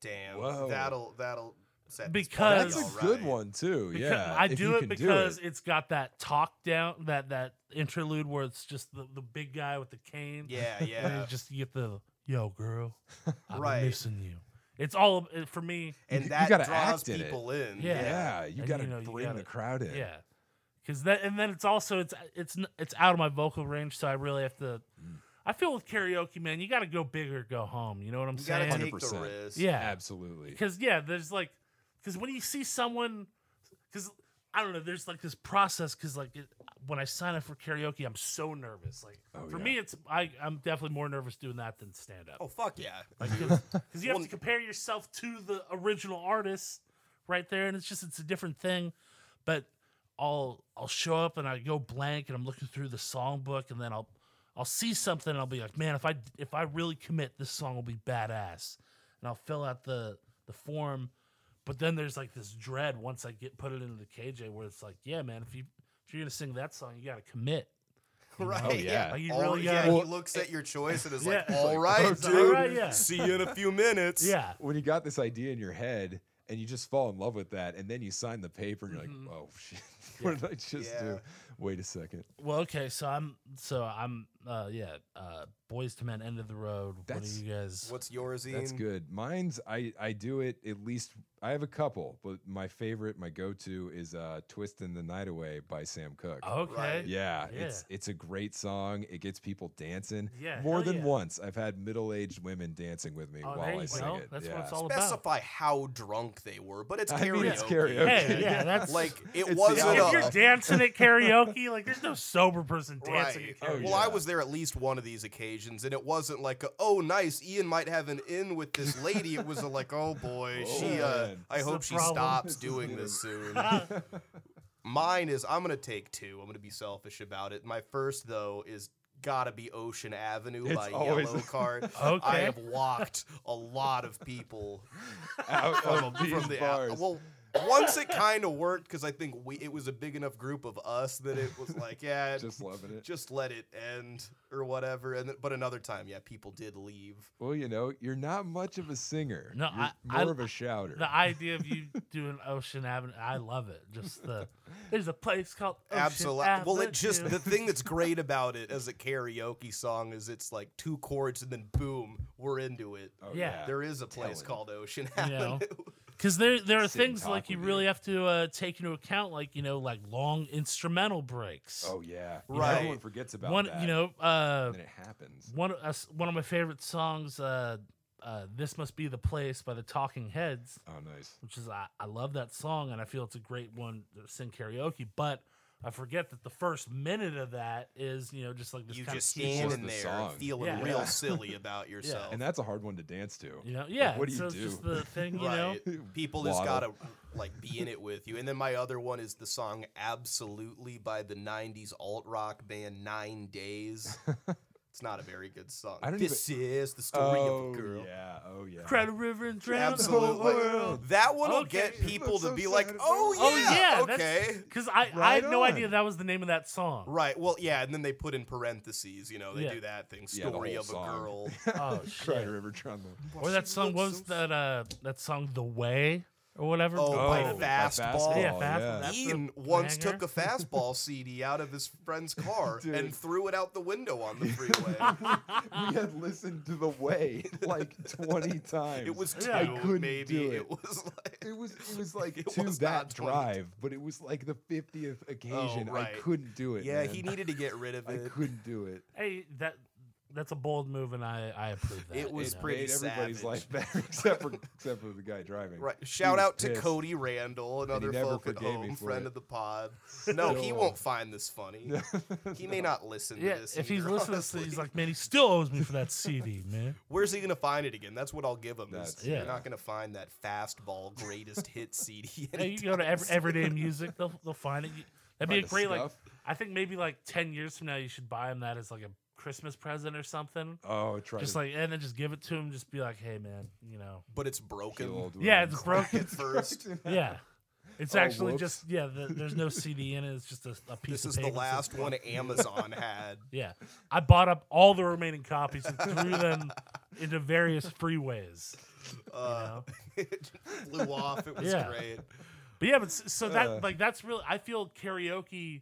Speaker 2: Damn.
Speaker 1: Whoa.
Speaker 2: That'll that'll set this party
Speaker 3: Because-
Speaker 1: That's
Speaker 2: all
Speaker 1: a good
Speaker 2: right.
Speaker 1: one too.
Speaker 3: Because-
Speaker 1: yeah.
Speaker 3: I
Speaker 1: if
Speaker 3: do
Speaker 1: you
Speaker 3: it
Speaker 1: can
Speaker 3: because it. has got that talk down that that interlude where it's just the, the big guy with the cane
Speaker 1: (laughs)
Speaker 2: Yeah,
Speaker 3: and you
Speaker 2: yeah.
Speaker 3: just get the yo
Speaker 2: (laughs)
Speaker 3: girl I'm
Speaker 2: Right.
Speaker 3: missing you it's all it- for me
Speaker 2: and
Speaker 1: you
Speaker 2: that
Speaker 1: gotta
Speaker 2: draws
Speaker 1: act in it.
Speaker 2: people in.
Speaker 3: Yeah.
Speaker 1: Yeah, you
Speaker 3: And,
Speaker 1: got to
Speaker 3: you know, you
Speaker 1: bring
Speaker 3: gotta-
Speaker 1: the crowd in.
Speaker 3: yeah because that and then it's also it's it's n- it's out of my vocal range so I really have to
Speaker 1: Mm.
Speaker 3: I feel with karaoke man you got to go big or go home you know what I'm
Speaker 2: You gotta
Speaker 3: saying
Speaker 2: take the
Speaker 1: 100%.
Speaker 2: risk.
Speaker 3: yeah
Speaker 1: Absolutely.
Speaker 3: because yeah there's like because when you see someone because i don't know there's like this process because like it, when i sign up for karaoke i'm so nervous like
Speaker 1: Oh,
Speaker 3: for
Speaker 1: yeah.
Speaker 3: me it's I, i'm definitely more nervous doing that than stand up
Speaker 2: Oh fuck yeah.
Speaker 3: because you have
Speaker 2: Well-
Speaker 3: to compare yourself to the original artist right there and it's just it's a different thing but i'll i'll show up and i go blank and i'm looking through the song book and then i'll i'll see something and i'll be like man if i if i really commit this song will be badass and i'll fill out the the form but then there's like this dread once i get put it into the kj where it's like yeah man if you if you're gonna sing that song you gotta commit
Speaker 2: Right.
Speaker 1: Oh, yeah.
Speaker 3: like you
Speaker 2: All-
Speaker 3: really
Speaker 2: yeah,
Speaker 3: gotta
Speaker 1: Well, eh,
Speaker 2: he looks at your choice and is
Speaker 3: Yeah.
Speaker 2: like,
Speaker 1: (laughs)
Speaker 2: "All right,
Speaker 1: "Oh,
Speaker 2: dude.
Speaker 3: alright, yeah."
Speaker 2: See you in a few minutes."
Speaker 3: yeah
Speaker 1: When you got this idea in your head and you just fall in love with that, and then you sign the paper and you're (laughs)
Speaker 3: Mm-hmm.
Speaker 1: like, oh shit, what did I just
Speaker 2: Yeah.
Speaker 1: do? Wait a second.
Speaker 3: Well, okay, so I'm so I'm uh, yeah, uh, Boys to Men, End of the Road.
Speaker 1: That's-
Speaker 3: what do you guys?
Speaker 2: What's yours, Ian?
Speaker 1: That's good. Mine's I I do it at least. I have a couple, but my favorite, my go-to is uh, "Twisting the Night Away" by Sam Cooke.
Speaker 3: okay.
Speaker 2: Right.
Speaker 1: Yeah,
Speaker 3: Oh, Yeah.
Speaker 1: it's it's a great song. It gets people dancing.
Speaker 3: Yeah,
Speaker 1: More
Speaker 3: hell
Speaker 1: than
Speaker 3: yeah.
Speaker 1: once, I've had middle-aged women dancing with me
Speaker 3: Oh,
Speaker 1: while
Speaker 3: there
Speaker 1: I
Speaker 3: you
Speaker 1: sing
Speaker 3: go.
Speaker 1: it.
Speaker 3: That's
Speaker 1: yeah.
Speaker 3: what it's all about.
Speaker 2: Specify how drunk they were, but it's
Speaker 1: I
Speaker 2: karaoke.
Speaker 1: mean, it's karaoke.
Speaker 3: Hey,
Speaker 1: (laughs)
Speaker 3: yeah, that's (laughs)
Speaker 2: Like it
Speaker 1: the
Speaker 2: wasn't.
Speaker 1: outlaw.
Speaker 3: if
Speaker 2: a-
Speaker 3: you're dancing at karaoke, like there's no sober person dancing
Speaker 2: Right. Oh,
Speaker 3: at karaoke.
Speaker 2: Well, I
Speaker 1: Oh, yeah.
Speaker 2: was there at least one of these occasions, and it wasn't like, a, oh, nice, Ian might have an in with this lady. It was a, like, oh boy,
Speaker 1: Oh,
Speaker 2: she. Uh,
Speaker 1: man.
Speaker 2: I
Speaker 3: This is
Speaker 2: hope
Speaker 3: the
Speaker 2: she
Speaker 3: problem.
Speaker 2: stops
Speaker 1: This is
Speaker 2: doing
Speaker 1: new. (laughs)
Speaker 2: this soon. Mine is I'm gonna take two. I'm gonna be selfish about it. My first though is gotta be Ocean Avenue
Speaker 1: It's
Speaker 2: by
Speaker 1: always- (laughs)
Speaker 2: Yellow Card. I
Speaker 3: Okay.
Speaker 2: have walked a lot of
Speaker 1: (laughs)
Speaker 2: people
Speaker 1: Out
Speaker 2: from,
Speaker 1: of
Speaker 2: from
Speaker 1: these
Speaker 2: the
Speaker 1: bars.
Speaker 2: well. Once it kind of worked because I think we it was a big enough group of us that it was like (laughs) yeah
Speaker 1: just loving it.
Speaker 2: just let it end or whatever. And then, but another time, yeah, people did leave.
Speaker 1: Well, you know, you're not much of a singer.
Speaker 3: No,
Speaker 1: You're
Speaker 3: I-
Speaker 1: more
Speaker 3: I-
Speaker 1: of a shouter.
Speaker 3: The idea of you doing Ocean Avenue, I love it. Just the there's a place called Ocean
Speaker 2: Absolutely.
Speaker 3: Avenue.
Speaker 2: Well, it just the thing
Speaker 3: (laughs)
Speaker 2: that's great about it as a karaoke song is it's like two chords and then boom, we're into it.
Speaker 1: Oh,
Speaker 3: yeah.
Speaker 2: There is a place
Speaker 1: Telling.
Speaker 2: called Ocean
Speaker 3: You
Speaker 2: Avenue.
Speaker 3: know. because there there are
Speaker 1: Sit and
Speaker 3: things
Speaker 1: talk
Speaker 3: like you
Speaker 1: with
Speaker 3: really
Speaker 1: you.
Speaker 3: have to uh, take into account, like you know, like long instrumental breaks.
Speaker 1: Oh yeah.
Speaker 2: You know, Right.
Speaker 1: Everyone forgets about
Speaker 3: one,
Speaker 1: that.
Speaker 3: you know, uh,
Speaker 1: and then it happens.
Speaker 3: one uh, one of my favorite songs, uh, uh, "This Must Be the Place" by the Talking Heads.
Speaker 1: Oh, nice.
Speaker 3: which is I, I love that song and I feel it's a great one to sing karaoke, but I forget that the first minute of that is, you know, just like this
Speaker 2: You
Speaker 3: kind
Speaker 2: just
Speaker 3: of keyboard-
Speaker 1: It's
Speaker 2: stand
Speaker 1: just
Speaker 2: in
Speaker 1: the
Speaker 2: there
Speaker 1: song.
Speaker 2: feeling
Speaker 3: Yeah.
Speaker 2: real
Speaker 1: Yeah. (laughs)
Speaker 2: silly about yourself.
Speaker 1: And that's a hard one to dance to.
Speaker 3: you know, yeah.
Speaker 1: what do
Speaker 3: so
Speaker 1: you
Speaker 3: it's just
Speaker 1: do?
Speaker 3: the thing, you know.
Speaker 2: Right.
Speaker 1: (laughs)
Speaker 2: People just gotta
Speaker 1: Waddle.
Speaker 2: like be in it with you. And then my other one is the song Absolutely by the nineties alt rock band Nine
Speaker 1: (laughs)
Speaker 2: Days. it's not a very good song.
Speaker 1: I don't
Speaker 2: this is the story
Speaker 1: Oh
Speaker 2: of a girl.
Speaker 1: yeah. Oh yeah. (laughs)
Speaker 3: Cry to river and drown the whole
Speaker 2: Absolutely.
Speaker 3: world.
Speaker 2: That one will
Speaker 3: Okay.
Speaker 2: get people
Speaker 1: I'm so
Speaker 2: to be
Speaker 1: sad
Speaker 2: like,
Speaker 1: it's
Speaker 2: oh
Speaker 1: over."
Speaker 2: yeah,
Speaker 3: Oh, yeah, that's-
Speaker 2: okay.
Speaker 3: Because I, I
Speaker 1: Right
Speaker 3: had no
Speaker 1: on.
Speaker 3: idea that was the name of that song.
Speaker 2: Right. Well, yeah, and then they put in parentheses, you know, they
Speaker 3: Yeah.
Speaker 2: do that thing.
Speaker 1: Yeah, the
Speaker 2: Story
Speaker 1: whole
Speaker 2: of a
Speaker 1: song.
Speaker 3: (laughs)
Speaker 2: girl.
Speaker 3: Oh
Speaker 1: Cry
Speaker 3: shit.
Speaker 1: to River Trundle.
Speaker 3: Or that song what was that uh that song The Way or whatever.
Speaker 2: Oh, by
Speaker 1: Oh, by
Speaker 2: Fastball.
Speaker 1: Fastball,
Speaker 3: Yeah, Fastball,
Speaker 1: yeah.
Speaker 3: that's the
Speaker 2: Ian once
Speaker 3: banger.
Speaker 2: took a fastball CD out of his friend's car
Speaker 1: Dude.
Speaker 2: and threw it out the window on the freeway.
Speaker 1: (laughs) we had listened to the way like 20 times.
Speaker 2: (laughs) it was two,
Speaker 3: I
Speaker 1: couldn't
Speaker 2: maybe.
Speaker 1: do
Speaker 2: it.
Speaker 1: it.
Speaker 2: was like
Speaker 1: It was (laughs) it was like
Speaker 2: It
Speaker 1: to
Speaker 2: was
Speaker 1: that
Speaker 2: not 20
Speaker 1: drive, but it was like the 50th occasion. I
Speaker 2: right.
Speaker 1: couldn't do it.
Speaker 2: (laughs) Yeah,
Speaker 1: man.
Speaker 2: he needed to get rid of
Speaker 1: I
Speaker 2: it.
Speaker 1: couldn't do it.
Speaker 3: Hey, that that's a bold move and I, I approve that.
Speaker 2: It was
Speaker 3: you know.
Speaker 2: pretty
Speaker 1: Made everybody's
Speaker 2: savage.
Speaker 1: life better (laughs) except for except for the guy driving. (laughs)
Speaker 2: Right. Shout out to
Speaker 1: pissed.
Speaker 2: Cody Randall, another
Speaker 1: never
Speaker 2: folk at
Speaker 1: forgave me
Speaker 2: home,
Speaker 1: for
Speaker 2: friend
Speaker 1: it.
Speaker 2: of the pod. No, he
Speaker 1: Still.
Speaker 2: won't find
Speaker 1: (laughs)
Speaker 2: this funny. He may not listen
Speaker 3: Yeah,
Speaker 2: to this.
Speaker 3: if he's
Speaker 2: either,
Speaker 3: listening to
Speaker 2: honestly.
Speaker 3: this, he's like, man, he still owes me for that CD,
Speaker 2: (laughs)
Speaker 3: man.
Speaker 2: Where's he gonna find it again? That's what I'll give him. is
Speaker 1: That's-
Speaker 3: yeah.
Speaker 2: You're not gonna find that fastball greatest hit CD.
Speaker 3: Yeah, you go to
Speaker 2: anytime
Speaker 3: every,
Speaker 2: (laughs)
Speaker 3: everyday music, they'll, they'll find it. You- That'd be
Speaker 1: Find
Speaker 3: a
Speaker 1: the
Speaker 3: great like.
Speaker 1: stuff.
Speaker 3: I think maybe like ten years from now, you should buy him that as like a Christmas present or something.
Speaker 1: Oh, try
Speaker 3: Just
Speaker 1: to
Speaker 3: like and then just give it to him. Just be like, hey man,
Speaker 2: (laughs)
Speaker 3: you know,
Speaker 2: but it's
Speaker 1: kill
Speaker 2: (laughs) broken
Speaker 1: old
Speaker 3: yeah,
Speaker 1: women. (laughs)
Speaker 3: it's broken.
Speaker 2: at first.
Speaker 3: yeah, it's
Speaker 1: Oh,
Speaker 3: actually
Speaker 1: whoops.
Speaker 3: just yeah. The, there's no CD in it. It's just a, a piece
Speaker 2: This
Speaker 3: of
Speaker 2: is
Speaker 3: paper.
Speaker 2: the
Speaker 3: that says,
Speaker 2: last one
Speaker 3: (laughs)
Speaker 2: Amazon had.
Speaker 3: Yeah, I bought up all the remaining copies and threw them into various freeways.
Speaker 2: Uh, (laughs) it flew off. It was
Speaker 3: Yeah.
Speaker 2: great.
Speaker 3: But yeah, but s- so that
Speaker 1: Uh.
Speaker 3: like that's really I feel karaoke.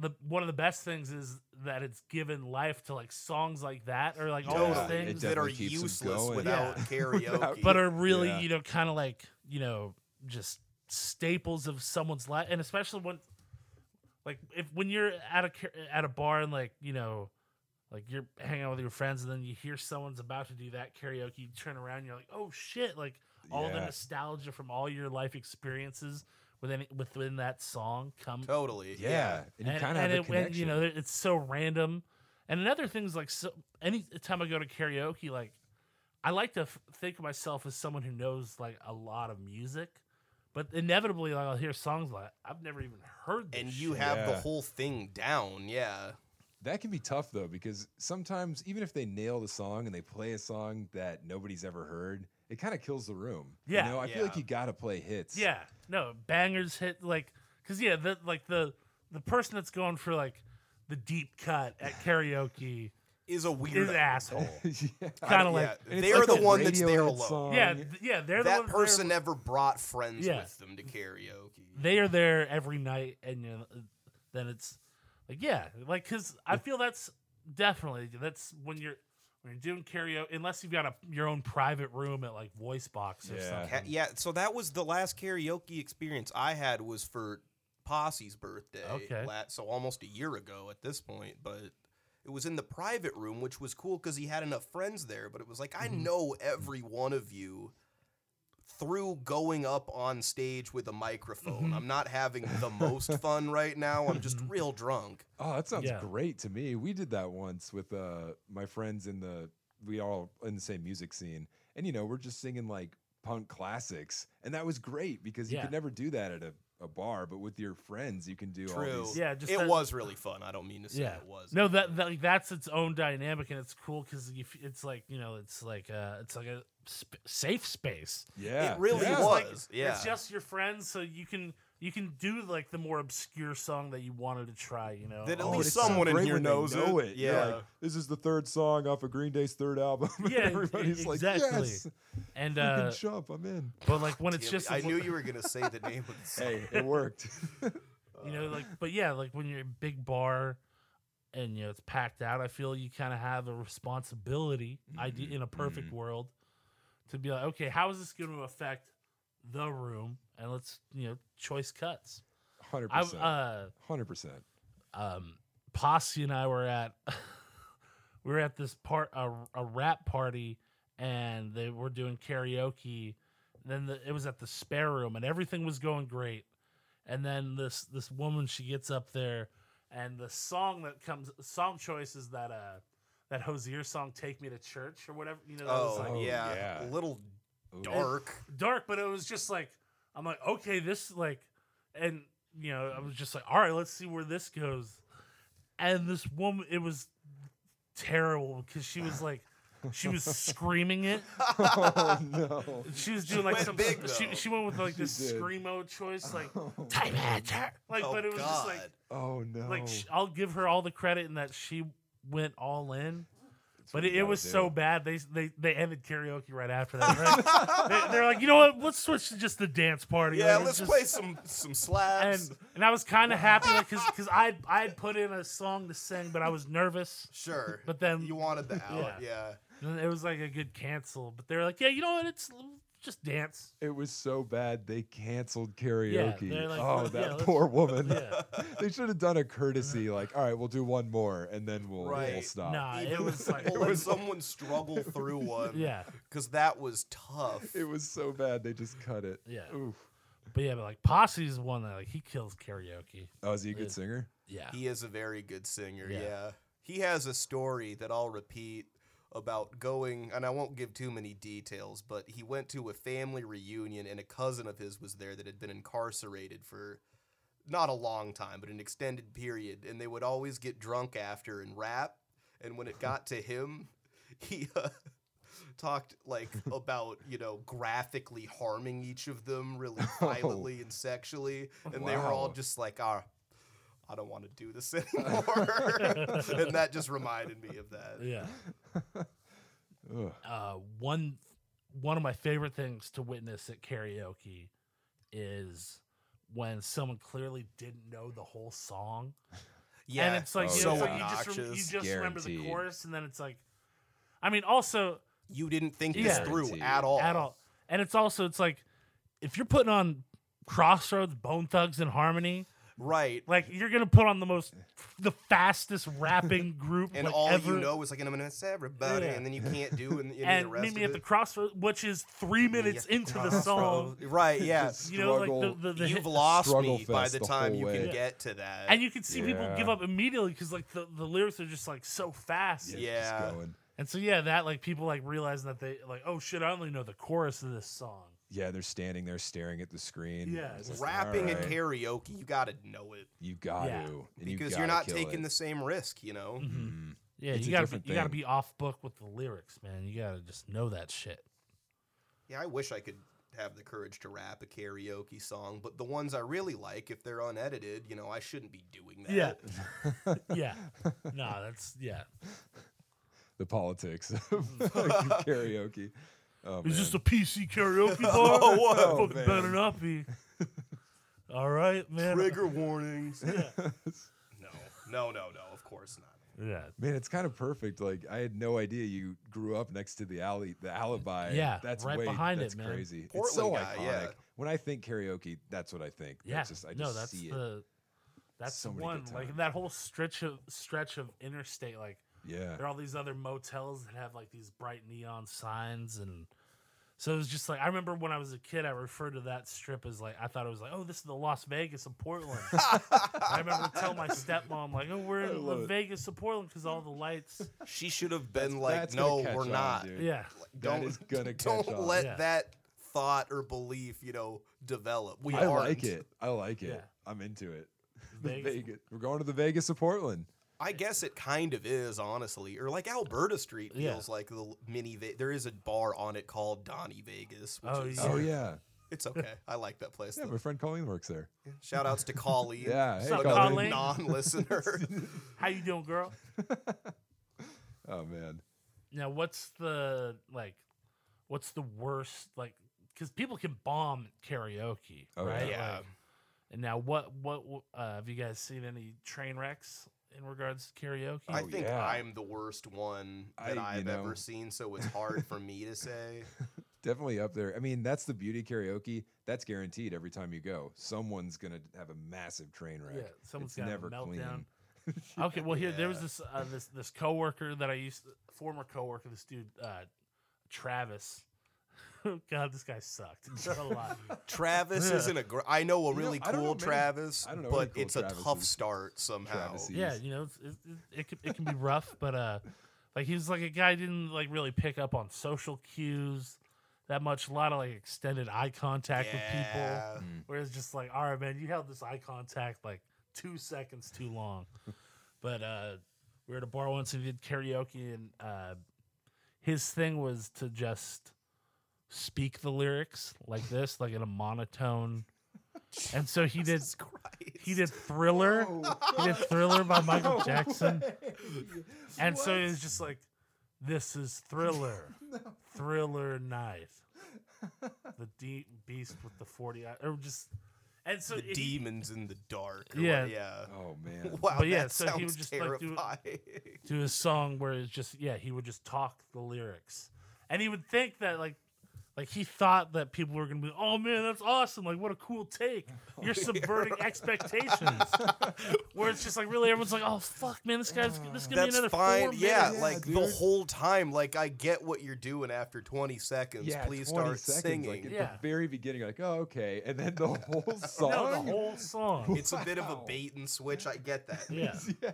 Speaker 3: The one of the best things is that it's given life to like songs like that or like all
Speaker 2: Totally.
Speaker 3: those
Speaker 1: it
Speaker 3: things
Speaker 1: does.
Speaker 2: that are
Speaker 1: definitely keeps 'em
Speaker 2: useless
Speaker 1: going.
Speaker 2: without
Speaker 3: Yeah. (laughs)
Speaker 2: karaoke.
Speaker 3: but are really
Speaker 1: Yeah.
Speaker 3: you know kind of like you know just staples of someone's life and especially when like if when you're at a ca- at a bar and like you know like you're hanging out with your friends and then you hear someone's about to do that karaoke you turn around you're like oh shit like all the
Speaker 1: Yeah.
Speaker 3: nostalgia from all your life experiences within within that song come
Speaker 2: totally.
Speaker 1: Yeah, and you
Speaker 3: and,
Speaker 1: kind of have
Speaker 3: and
Speaker 1: a
Speaker 3: it, and,
Speaker 1: connection.
Speaker 3: you know there- it's so random and another thing's like so any time i go to karaoke like i like to f- think of myself as someone who knows like a lot of music but inevitably like i'll hear songs like i've never even heard this
Speaker 2: And you
Speaker 3: shit.
Speaker 2: have the
Speaker 1: Yeah.
Speaker 2: whole thing down. Yeah.
Speaker 1: That can be tough though, because sometimes even if they nail the song and they play a song that nobody's ever heard, it kind of kills the room.
Speaker 3: Yeah.
Speaker 1: you know, I feel like
Speaker 2: Yeah.
Speaker 1: you gotta play hits.
Speaker 3: yeah no bangers hit like because yeah the like the the person that's going for like the deep cut at karaoke
Speaker 2: Is a weird
Speaker 3: is
Speaker 2: (laughs)
Speaker 3: an asshole
Speaker 1: (laughs) yeah.
Speaker 3: kind of like
Speaker 1: And it's
Speaker 2: they're
Speaker 1: like
Speaker 2: the
Speaker 1: that
Speaker 2: one that's
Speaker 1: Radiohead
Speaker 2: there alone.
Speaker 1: song.
Speaker 3: yeah th- yeah they're the
Speaker 2: that
Speaker 3: ones that are-
Speaker 2: person never brought friends
Speaker 3: Yeah.
Speaker 2: with them to karaoke.
Speaker 3: they are there every night, and you know, then it's like, yeah, like because I feel that's definitely. That's when you're when you're doing karaoke, unless you've got a your own private room at like Voice Box or
Speaker 1: Yeah.
Speaker 3: something.
Speaker 2: Ca- yeah, so that was the last karaoke experience I had was for Posse's birthday.
Speaker 3: Okay.
Speaker 2: la- so almost a year ago at this point, but it was in the private room, which was cool because he had enough friends there. But it was like I
Speaker 3: Mhm.
Speaker 2: know every one of you through going up on stage with a microphone.
Speaker 3: Mhm.
Speaker 2: I'm not having the most
Speaker 3: (laughs)
Speaker 2: fun right now. I'm just
Speaker 3: Mhm.
Speaker 2: real drunk.
Speaker 1: Oh, that sounds
Speaker 3: Yeah.
Speaker 1: great to me. We did that once with uh, my friends in the we all in the same music scene, and you know we're just singing like punk classics, and that was great because you
Speaker 3: Yeah.
Speaker 1: could never do that at a, a bar, but with your friends you can do all
Speaker 2: True.
Speaker 1: these.
Speaker 3: Yeah, just
Speaker 2: it
Speaker 3: that-
Speaker 2: was really fun. I don't mean to say
Speaker 3: Yeah.
Speaker 2: it was.
Speaker 3: No, that, that like, that's its own dynamic, and it's cool because it's like you know, it's like uh, it's like a sp- safe space.
Speaker 1: Yeah,
Speaker 2: it really
Speaker 1: yeah.
Speaker 3: It's like-
Speaker 2: was. yeah.
Speaker 3: It's just your friends, so you can you can do like the more obscure song that you wanted to try. You know,
Speaker 2: That at
Speaker 1: Oh,
Speaker 2: least
Speaker 1: it's so
Speaker 2: someone in
Speaker 1: great
Speaker 2: here
Speaker 1: when they
Speaker 2: knows
Speaker 1: know
Speaker 2: it.
Speaker 1: it. You're like,
Speaker 2: Yeah.
Speaker 1: this is the third song off of Green Day's third album. (laughs) and
Speaker 3: Yeah, e-
Speaker 1: everybody's like,
Speaker 3: exactly.
Speaker 1: yes,
Speaker 3: and
Speaker 1: freaking
Speaker 3: uh,
Speaker 1: jump, I'm in.
Speaker 3: but like when
Speaker 2: Damn
Speaker 3: it's
Speaker 2: it,
Speaker 3: just
Speaker 2: I knew you were gonna say the name of
Speaker 3: (laughs)
Speaker 2: the song.
Speaker 1: Hey, it worked.
Speaker 3: you know like but yeah like when you're a big bar and you know it's packed out i feel you kind of have a responsibility idea in a perfect
Speaker 1: mhm.
Speaker 3: world to be like okay how is this going to affect the room and let's you know choice cuts
Speaker 1: (laughs) Hundred
Speaker 3: i
Speaker 1: percent.
Speaker 3: uh
Speaker 1: Hundred percent.
Speaker 3: um posse and i were at (laughs) we were at this part a, a rap party and they were doing karaoke then the, it was at the spare room and everything was going great and then this this woman she gets up there and the song that comes song choice is that uh that hosier song take me to church or whatever you know that was
Speaker 2: Oh,
Speaker 3: like
Speaker 1: Oh,
Speaker 2: yeah.
Speaker 1: yeah.
Speaker 2: A little
Speaker 1: Ooh.
Speaker 2: dark.
Speaker 3: dark, but it was just like I'm like, okay, this like, and you know, I was just like, all right, let's see where this goes. And this woman, it was terrible because she was like, she was screaming it.
Speaker 1: (laughs) oh no.
Speaker 3: She was doing like
Speaker 2: went
Speaker 3: some.
Speaker 2: big, though.
Speaker 3: she, she went with like
Speaker 1: She
Speaker 3: this
Speaker 1: did.
Speaker 3: screamo choice,
Speaker 1: (laughs)
Speaker 3: like
Speaker 1: Oh,
Speaker 3: time manager, (laughs) like,
Speaker 2: oh,
Speaker 3: but it was
Speaker 2: God.
Speaker 3: just like,
Speaker 1: oh, no.
Speaker 3: like sh- I'll give her all the credit in that she went all in. But
Speaker 1: what
Speaker 3: it,
Speaker 1: you
Speaker 3: it
Speaker 1: gotta
Speaker 3: was
Speaker 1: do.
Speaker 3: so bad. They they they ended karaoke right after that.
Speaker 2: (laughs)
Speaker 3: They're like- they, they're like, you know what? Let's switch to just the dance party.
Speaker 2: yeah,
Speaker 3: Like,
Speaker 2: let's
Speaker 3: it's just-
Speaker 2: play some some slaps.
Speaker 3: And and I was kind of happy because because I I had put in a song to sing, but I was nervous.
Speaker 2: sure.
Speaker 3: (laughs) But then
Speaker 2: you wanted the out. Yeah.
Speaker 3: and it was like a good cancel. But they're like, yeah, you know what? It's just dance.
Speaker 1: It was so bad they canceled karaoke.
Speaker 3: they're like,
Speaker 1: oh,
Speaker 3: "Yeah,
Speaker 1: that
Speaker 3: let's- (laughs)
Speaker 1: poor woman.
Speaker 3: Yeah.
Speaker 1: (laughs) they should have done a courtesy, like, all right, we'll do one more and then we'll, we'll
Speaker 2: Right.
Speaker 1: stop.
Speaker 3: Nah, Uh, it
Speaker 2: Even- (laughs)
Speaker 3: was like
Speaker 2: we'll let someone struggle through one.
Speaker 3: (laughs) yeah,
Speaker 2: Because that was tough.
Speaker 1: It was so bad they just cut it.
Speaker 3: yeah.
Speaker 1: Oof.
Speaker 3: But yeah, but like Posse's the one that like he kills karaoke.
Speaker 1: Oh, is he a
Speaker 3: Yeah.
Speaker 1: good singer?
Speaker 3: Yeah.
Speaker 2: He is a very good singer.
Speaker 3: Yeah.
Speaker 2: Yeah. He has a story that I'll repeat about going, and I won't give too many details, but he went to a family reunion and a cousin of his was there that had been incarcerated for not a long time, but an extended period. And they would always get drunk after and rap. And when
Speaker 3: (laughs)
Speaker 2: it got to him, he. Uh, talked
Speaker 3: (laughs)
Speaker 2: like about you know graphically harming each of them
Speaker 3: (laughs)
Speaker 2: really
Speaker 3: Oh.
Speaker 2: violently and sexually and they were all
Speaker 1: Wow.
Speaker 2: just like ah I don't want to do this (laughs) anymore. and that just reminded me of that.
Speaker 3: Yeah.
Speaker 1: Ugh.
Speaker 3: uh, one one of my favorite things to witness at karaoke is when someone clearly didn't know the whole song,
Speaker 2: Yeah.
Speaker 3: and it's like,
Speaker 1: Oh,
Speaker 3: you, know,
Speaker 1: so
Speaker 3: it's like you just rem- you
Speaker 2: obnoxious.
Speaker 3: just remember the
Speaker 1: Guaranteed.
Speaker 3: chorus, and then it's like, I mean, also
Speaker 2: You didn't think
Speaker 3: Yeah.
Speaker 2: this through at all.
Speaker 3: at all, and it's also it's like if you're putting on Crossroads, Bone Thugs, and Harmony,
Speaker 2: Right.
Speaker 3: like you're gonna put on the most the fastest rapping group
Speaker 2: (laughs) And
Speaker 3: like,
Speaker 2: all
Speaker 3: ever.
Speaker 2: you know is like, and I'm going to miss everybody.
Speaker 3: Yeah.
Speaker 2: And then you can't do and, the
Speaker 3: And
Speaker 2: rest
Speaker 3: meet me
Speaker 2: of
Speaker 3: at the crossroads, which is three minutes
Speaker 2: Yeah, (laughs)
Speaker 3: into the song.
Speaker 2: it. Right.
Speaker 3: (laughs)
Speaker 2: Yeah.
Speaker 1: Just
Speaker 3: You know,
Speaker 1: struggle.
Speaker 3: like the, the, the
Speaker 2: You've lost
Speaker 1: Struggle
Speaker 2: me by
Speaker 1: fest
Speaker 2: the
Speaker 1: the
Speaker 2: time
Speaker 1: whole
Speaker 2: you can
Speaker 1: way.
Speaker 2: get to that.
Speaker 3: and you can see people give
Speaker 1: Yeah.
Speaker 3: up immediately because like the, the lyrics are just like so fast
Speaker 1: just
Speaker 2: yeah.
Speaker 1: going.
Speaker 3: and so yeah that like people like realizing that they like oh shit i only know the chorus of this song
Speaker 1: Yeah, they're standing there staring at the screen.
Speaker 3: Yeah,
Speaker 1: It's just like,
Speaker 2: Rapping
Speaker 1: all
Speaker 2: and
Speaker 1: right,
Speaker 2: karaoke, you got to know it
Speaker 1: You got
Speaker 3: Yeah. Mm-hmm.
Speaker 1: to. and you
Speaker 2: because
Speaker 1: gotta
Speaker 2: you are not
Speaker 1: kill
Speaker 2: taking
Speaker 1: it.
Speaker 2: the same risk, you know?
Speaker 1: Mhm.
Speaker 3: yeah
Speaker 1: It's a
Speaker 3: you gotta be,
Speaker 1: different
Speaker 3: you gotta
Speaker 1: thing.
Speaker 3: be off book with the lyrics man you gotta just know that shit
Speaker 2: Yeah, I wish I could have the courage to rap a karaoke song, but the ones I really like, if they're unedited, you know, I shouldn't be doing that.
Speaker 3: Yeah. yeah (laughs) no that's
Speaker 2: (laughs)
Speaker 3: yeah
Speaker 1: The politics
Speaker 3: (laughs)
Speaker 1: of fucking karaoke. Oh,
Speaker 3: is
Speaker 1: man.
Speaker 3: this a pc
Speaker 2: (laughs)
Speaker 3: karaoke bar
Speaker 2: Oh, whoa,
Speaker 3: Fucking better
Speaker 2: (laughs)
Speaker 3: not be all right man
Speaker 2: Trigger warnings. (laughs)
Speaker 3: yeah.
Speaker 2: No, no, no, no. Of course not.
Speaker 3: Yeah.
Speaker 1: Man, it's kind of perfect. Like I had no idea you grew up next to the alley, the alibi.
Speaker 3: Yeah,
Speaker 1: that's
Speaker 3: right
Speaker 1: way,
Speaker 3: behind it,
Speaker 1: that's
Speaker 3: man.
Speaker 1: Crazy. it's
Speaker 2: Portland
Speaker 1: so
Speaker 2: guy,
Speaker 1: iconic.
Speaker 2: yeah.
Speaker 1: When I think karaoke, that's what I think.
Speaker 3: Yeah.
Speaker 1: That's just, I just
Speaker 3: no, that's
Speaker 1: see it.
Speaker 3: the that's
Speaker 1: So
Speaker 3: the
Speaker 1: many
Speaker 3: one.
Speaker 1: good
Speaker 3: Like
Speaker 1: times.
Speaker 3: that whole stretch of stretch of interstate, like
Speaker 1: Yeah,
Speaker 3: there are all these other motels that have like these bright neon signs and so it was just like I remember when I was a kid I referred to that strip as like I thought it was like, Oh, this is the Las Vegas of
Speaker 1: (laughs)
Speaker 3: Portland. I remember telling my stepmom like, Oh, we're
Speaker 1: I
Speaker 3: in
Speaker 1: love
Speaker 3: Las
Speaker 1: it.
Speaker 3: Vegas of Portland because all
Speaker 1: (laughs)
Speaker 3: the lights
Speaker 2: She should have been
Speaker 1: That's
Speaker 2: like,
Speaker 1: gonna
Speaker 2: "No,
Speaker 1: catch
Speaker 2: we're
Speaker 1: on,
Speaker 2: not."
Speaker 1: dude.
Speaker 3: Yeah.
Speaker 1: That
Speaker 2: Don't
Speaker 1: is
Speaker 2: (laughs)
Speaker 1: gonna
Speaker 2: don't
Speaker 1: catch on.
Speaker 2: let
Speaker 3: Yeah.
Speaker 2: that thought or belief, you know, develop. We
Speaker 1: I
Speaker 2: aren't.
Speaker 1: like it. I like it.
Speaker 3: Yeah.
Speaker 1: I'm into it. (laughs) The
Speaker 3: Vegas.
Speaker 1: Vegas. We're going to the Vegas of Portland.
Speaker 2: I guess it kind of is, honestly. Or like Alberta Street
Speaker 3: Yeah.
Speaker 2: feels like the l- mini. Ve- there is a bar on it called Donny Vegas. Which
Speaker 3: Oh,
Speaker 2: is,
Speaker 1: Oh
Speaker 3: Yeah.
Speaker 1: yeah,
Speaker 2: it's okay. I like that place.
Speaker 1: yeah.
Speaker 2: though.
Speaker 1: My friend Colleen works
Speaker 2: (laughs)
Speaker 1: there.
Speaker 2: Shout outs to Colleen.
Speaker 1: Yeah, hey
Speaker 3: Sup,
Speaker 1: Colleen.
Speaker 3: Colleen?
Speaker 2: non-listener.
Speaker 3: How you doing, girl?
Speaker 1: (laughs) Oh man,
Speaker 3: Now, what's the like? What's the worst like? Because people can bomb karaoke,
Speaker 1: Oh, yeah.
Speaker 3: right?
Speaker 2: Yeah.
Speaker 3: Like, and now, what? What uh, have you guys seen any train wrecks in regards to karaoke?
Speaker 2: I
Speaker 1: Oh,
Speaker 2: think
Speaker 1: yeah.
Speaker 2: I'm the worst one
Speaker 1: I-
Speaker 2: that
Speaker 1: you
Speaker 2: I, have
Speaker 1: know.
Speaker 2: ever seen, so it's hard for me to
Speaker 1: (laughs)
Speaker 2: say.
Speaker 1: definitely up there. I mean, that's the beauty of karaoke. That's guaranteed every time you go. Someone's gonna have a massive train wreck.
Speaker 3: yeah, someone's
Speaker 1: It's
Speaker 3: got
Speaker 1: never
Speaker 3: a
Speaker 1: clean.
Speaker 3: meltdown. (laughs) okay, well here there was
Speaker 2: Yeah.
Speaker 3: this uh, this this coworker that I used to, former coworker this dude uh, Travis. (laughs) God, this guy sucked (laughs) a lot.
Speaker 2: Travis
Speaker 3: Yeah.
Speaker 2: isn't a. Gr- I know a
Speaker 1: You know,
Speaker 2: really
Speaker 1: I don't know
Speaker 2: cool
Speaker 1: many-
Speaker 2: Travis,
Speaker 1: I don't know
Speaker 2: but
Speaker 1: any cool
Speaker 2: it's a tough
Speaker 1: Travises.
Speaker 2: start somehow.
Speaker 1: Travises.
Speaker 3: yeah
Speaker 1: Jeez.
Speaker 3: you know it's- it, it, it, can, it can be rough (laughs) but uh like he was like a guy who didn't like really pick up on social cues that much a lot of like extended eye contact with people
Speaker 2: Yeah.
Speaker 3: where it's just like all right man you held this eye contact like two seconds too
Speaker 2: (laughs)
Speaker 3: long but uh we were at a bar once and we did karaoke and uh his thing was to just speak the lyrics like this like in
Speaker 2: (laughs)
Speaker 3: a monotone and so he did
Speaker 2: Jesus Christ.
Speaker 3: he did thriller
Speaker 1: Oh.
Speaker 3: he did Thriller by (laughs)
Speaker 1: (laughs)
Speaker 3: Michael Jackson. And so
Speaker 1: What?
Speaker 3: it was just like, this is Thriller. Thriller night. The deep beast with the 40 eye- or just and so
Speaker 2: the
Speaker 3: it-
Speaker 2: demons in the dark. or
Speaker 3: Yeah.
Speaker 2: what- yeah.
Speaker 1: Oh man.
Speaker 2: (laughs) Wow,
Speaker 3: But yeah,
Speaker 2: that
Speaker 3: so he
Speaker 2: sounds
Speaker 3: would just, like, do
Speaker 2: terrifying.
Speaker 3: it- to his song where it's just yeah, he would just talk the lyrics. And he would think that like like he thought that people were gonna be, oh man, that's awesome! Like, what a cool take! You're subverting expectations. Where it's just like, really, everyone's like, oh fuck, man, this guy's this is gonna be
Speaker 2: That's
Speaker 3: another
Speaker 2: fine.
Speaker 3: Four
Speaker 2: Yeah,
Speaker 3: minutes.
Speaker 1: Yeah,
Speaker 2: like the
Speaker 1: dude.
Speaker 2: whole time. Like I get what you're doing after 20 seconds.
Speaker 1: Yeah,
Speaker 2: Please
Speaker 1: 20
Speaker 2: start
Speaker 1: seconds, Like
Speaker 2: singing.
Speaker 1: at
Speaker 3: Yeah.
Speaker 1: the very beginning, you're like, oh, okay. And (laughs) then the whole song.
Speaker 3: No, the whole song.
Speaker 2: it's a bit of a
Speaker 1: Wow.
Speaker 2: bait and switch. I get that.
Speaker 3: (laughs) yeah.
Speaker 1: (laughs) yeah.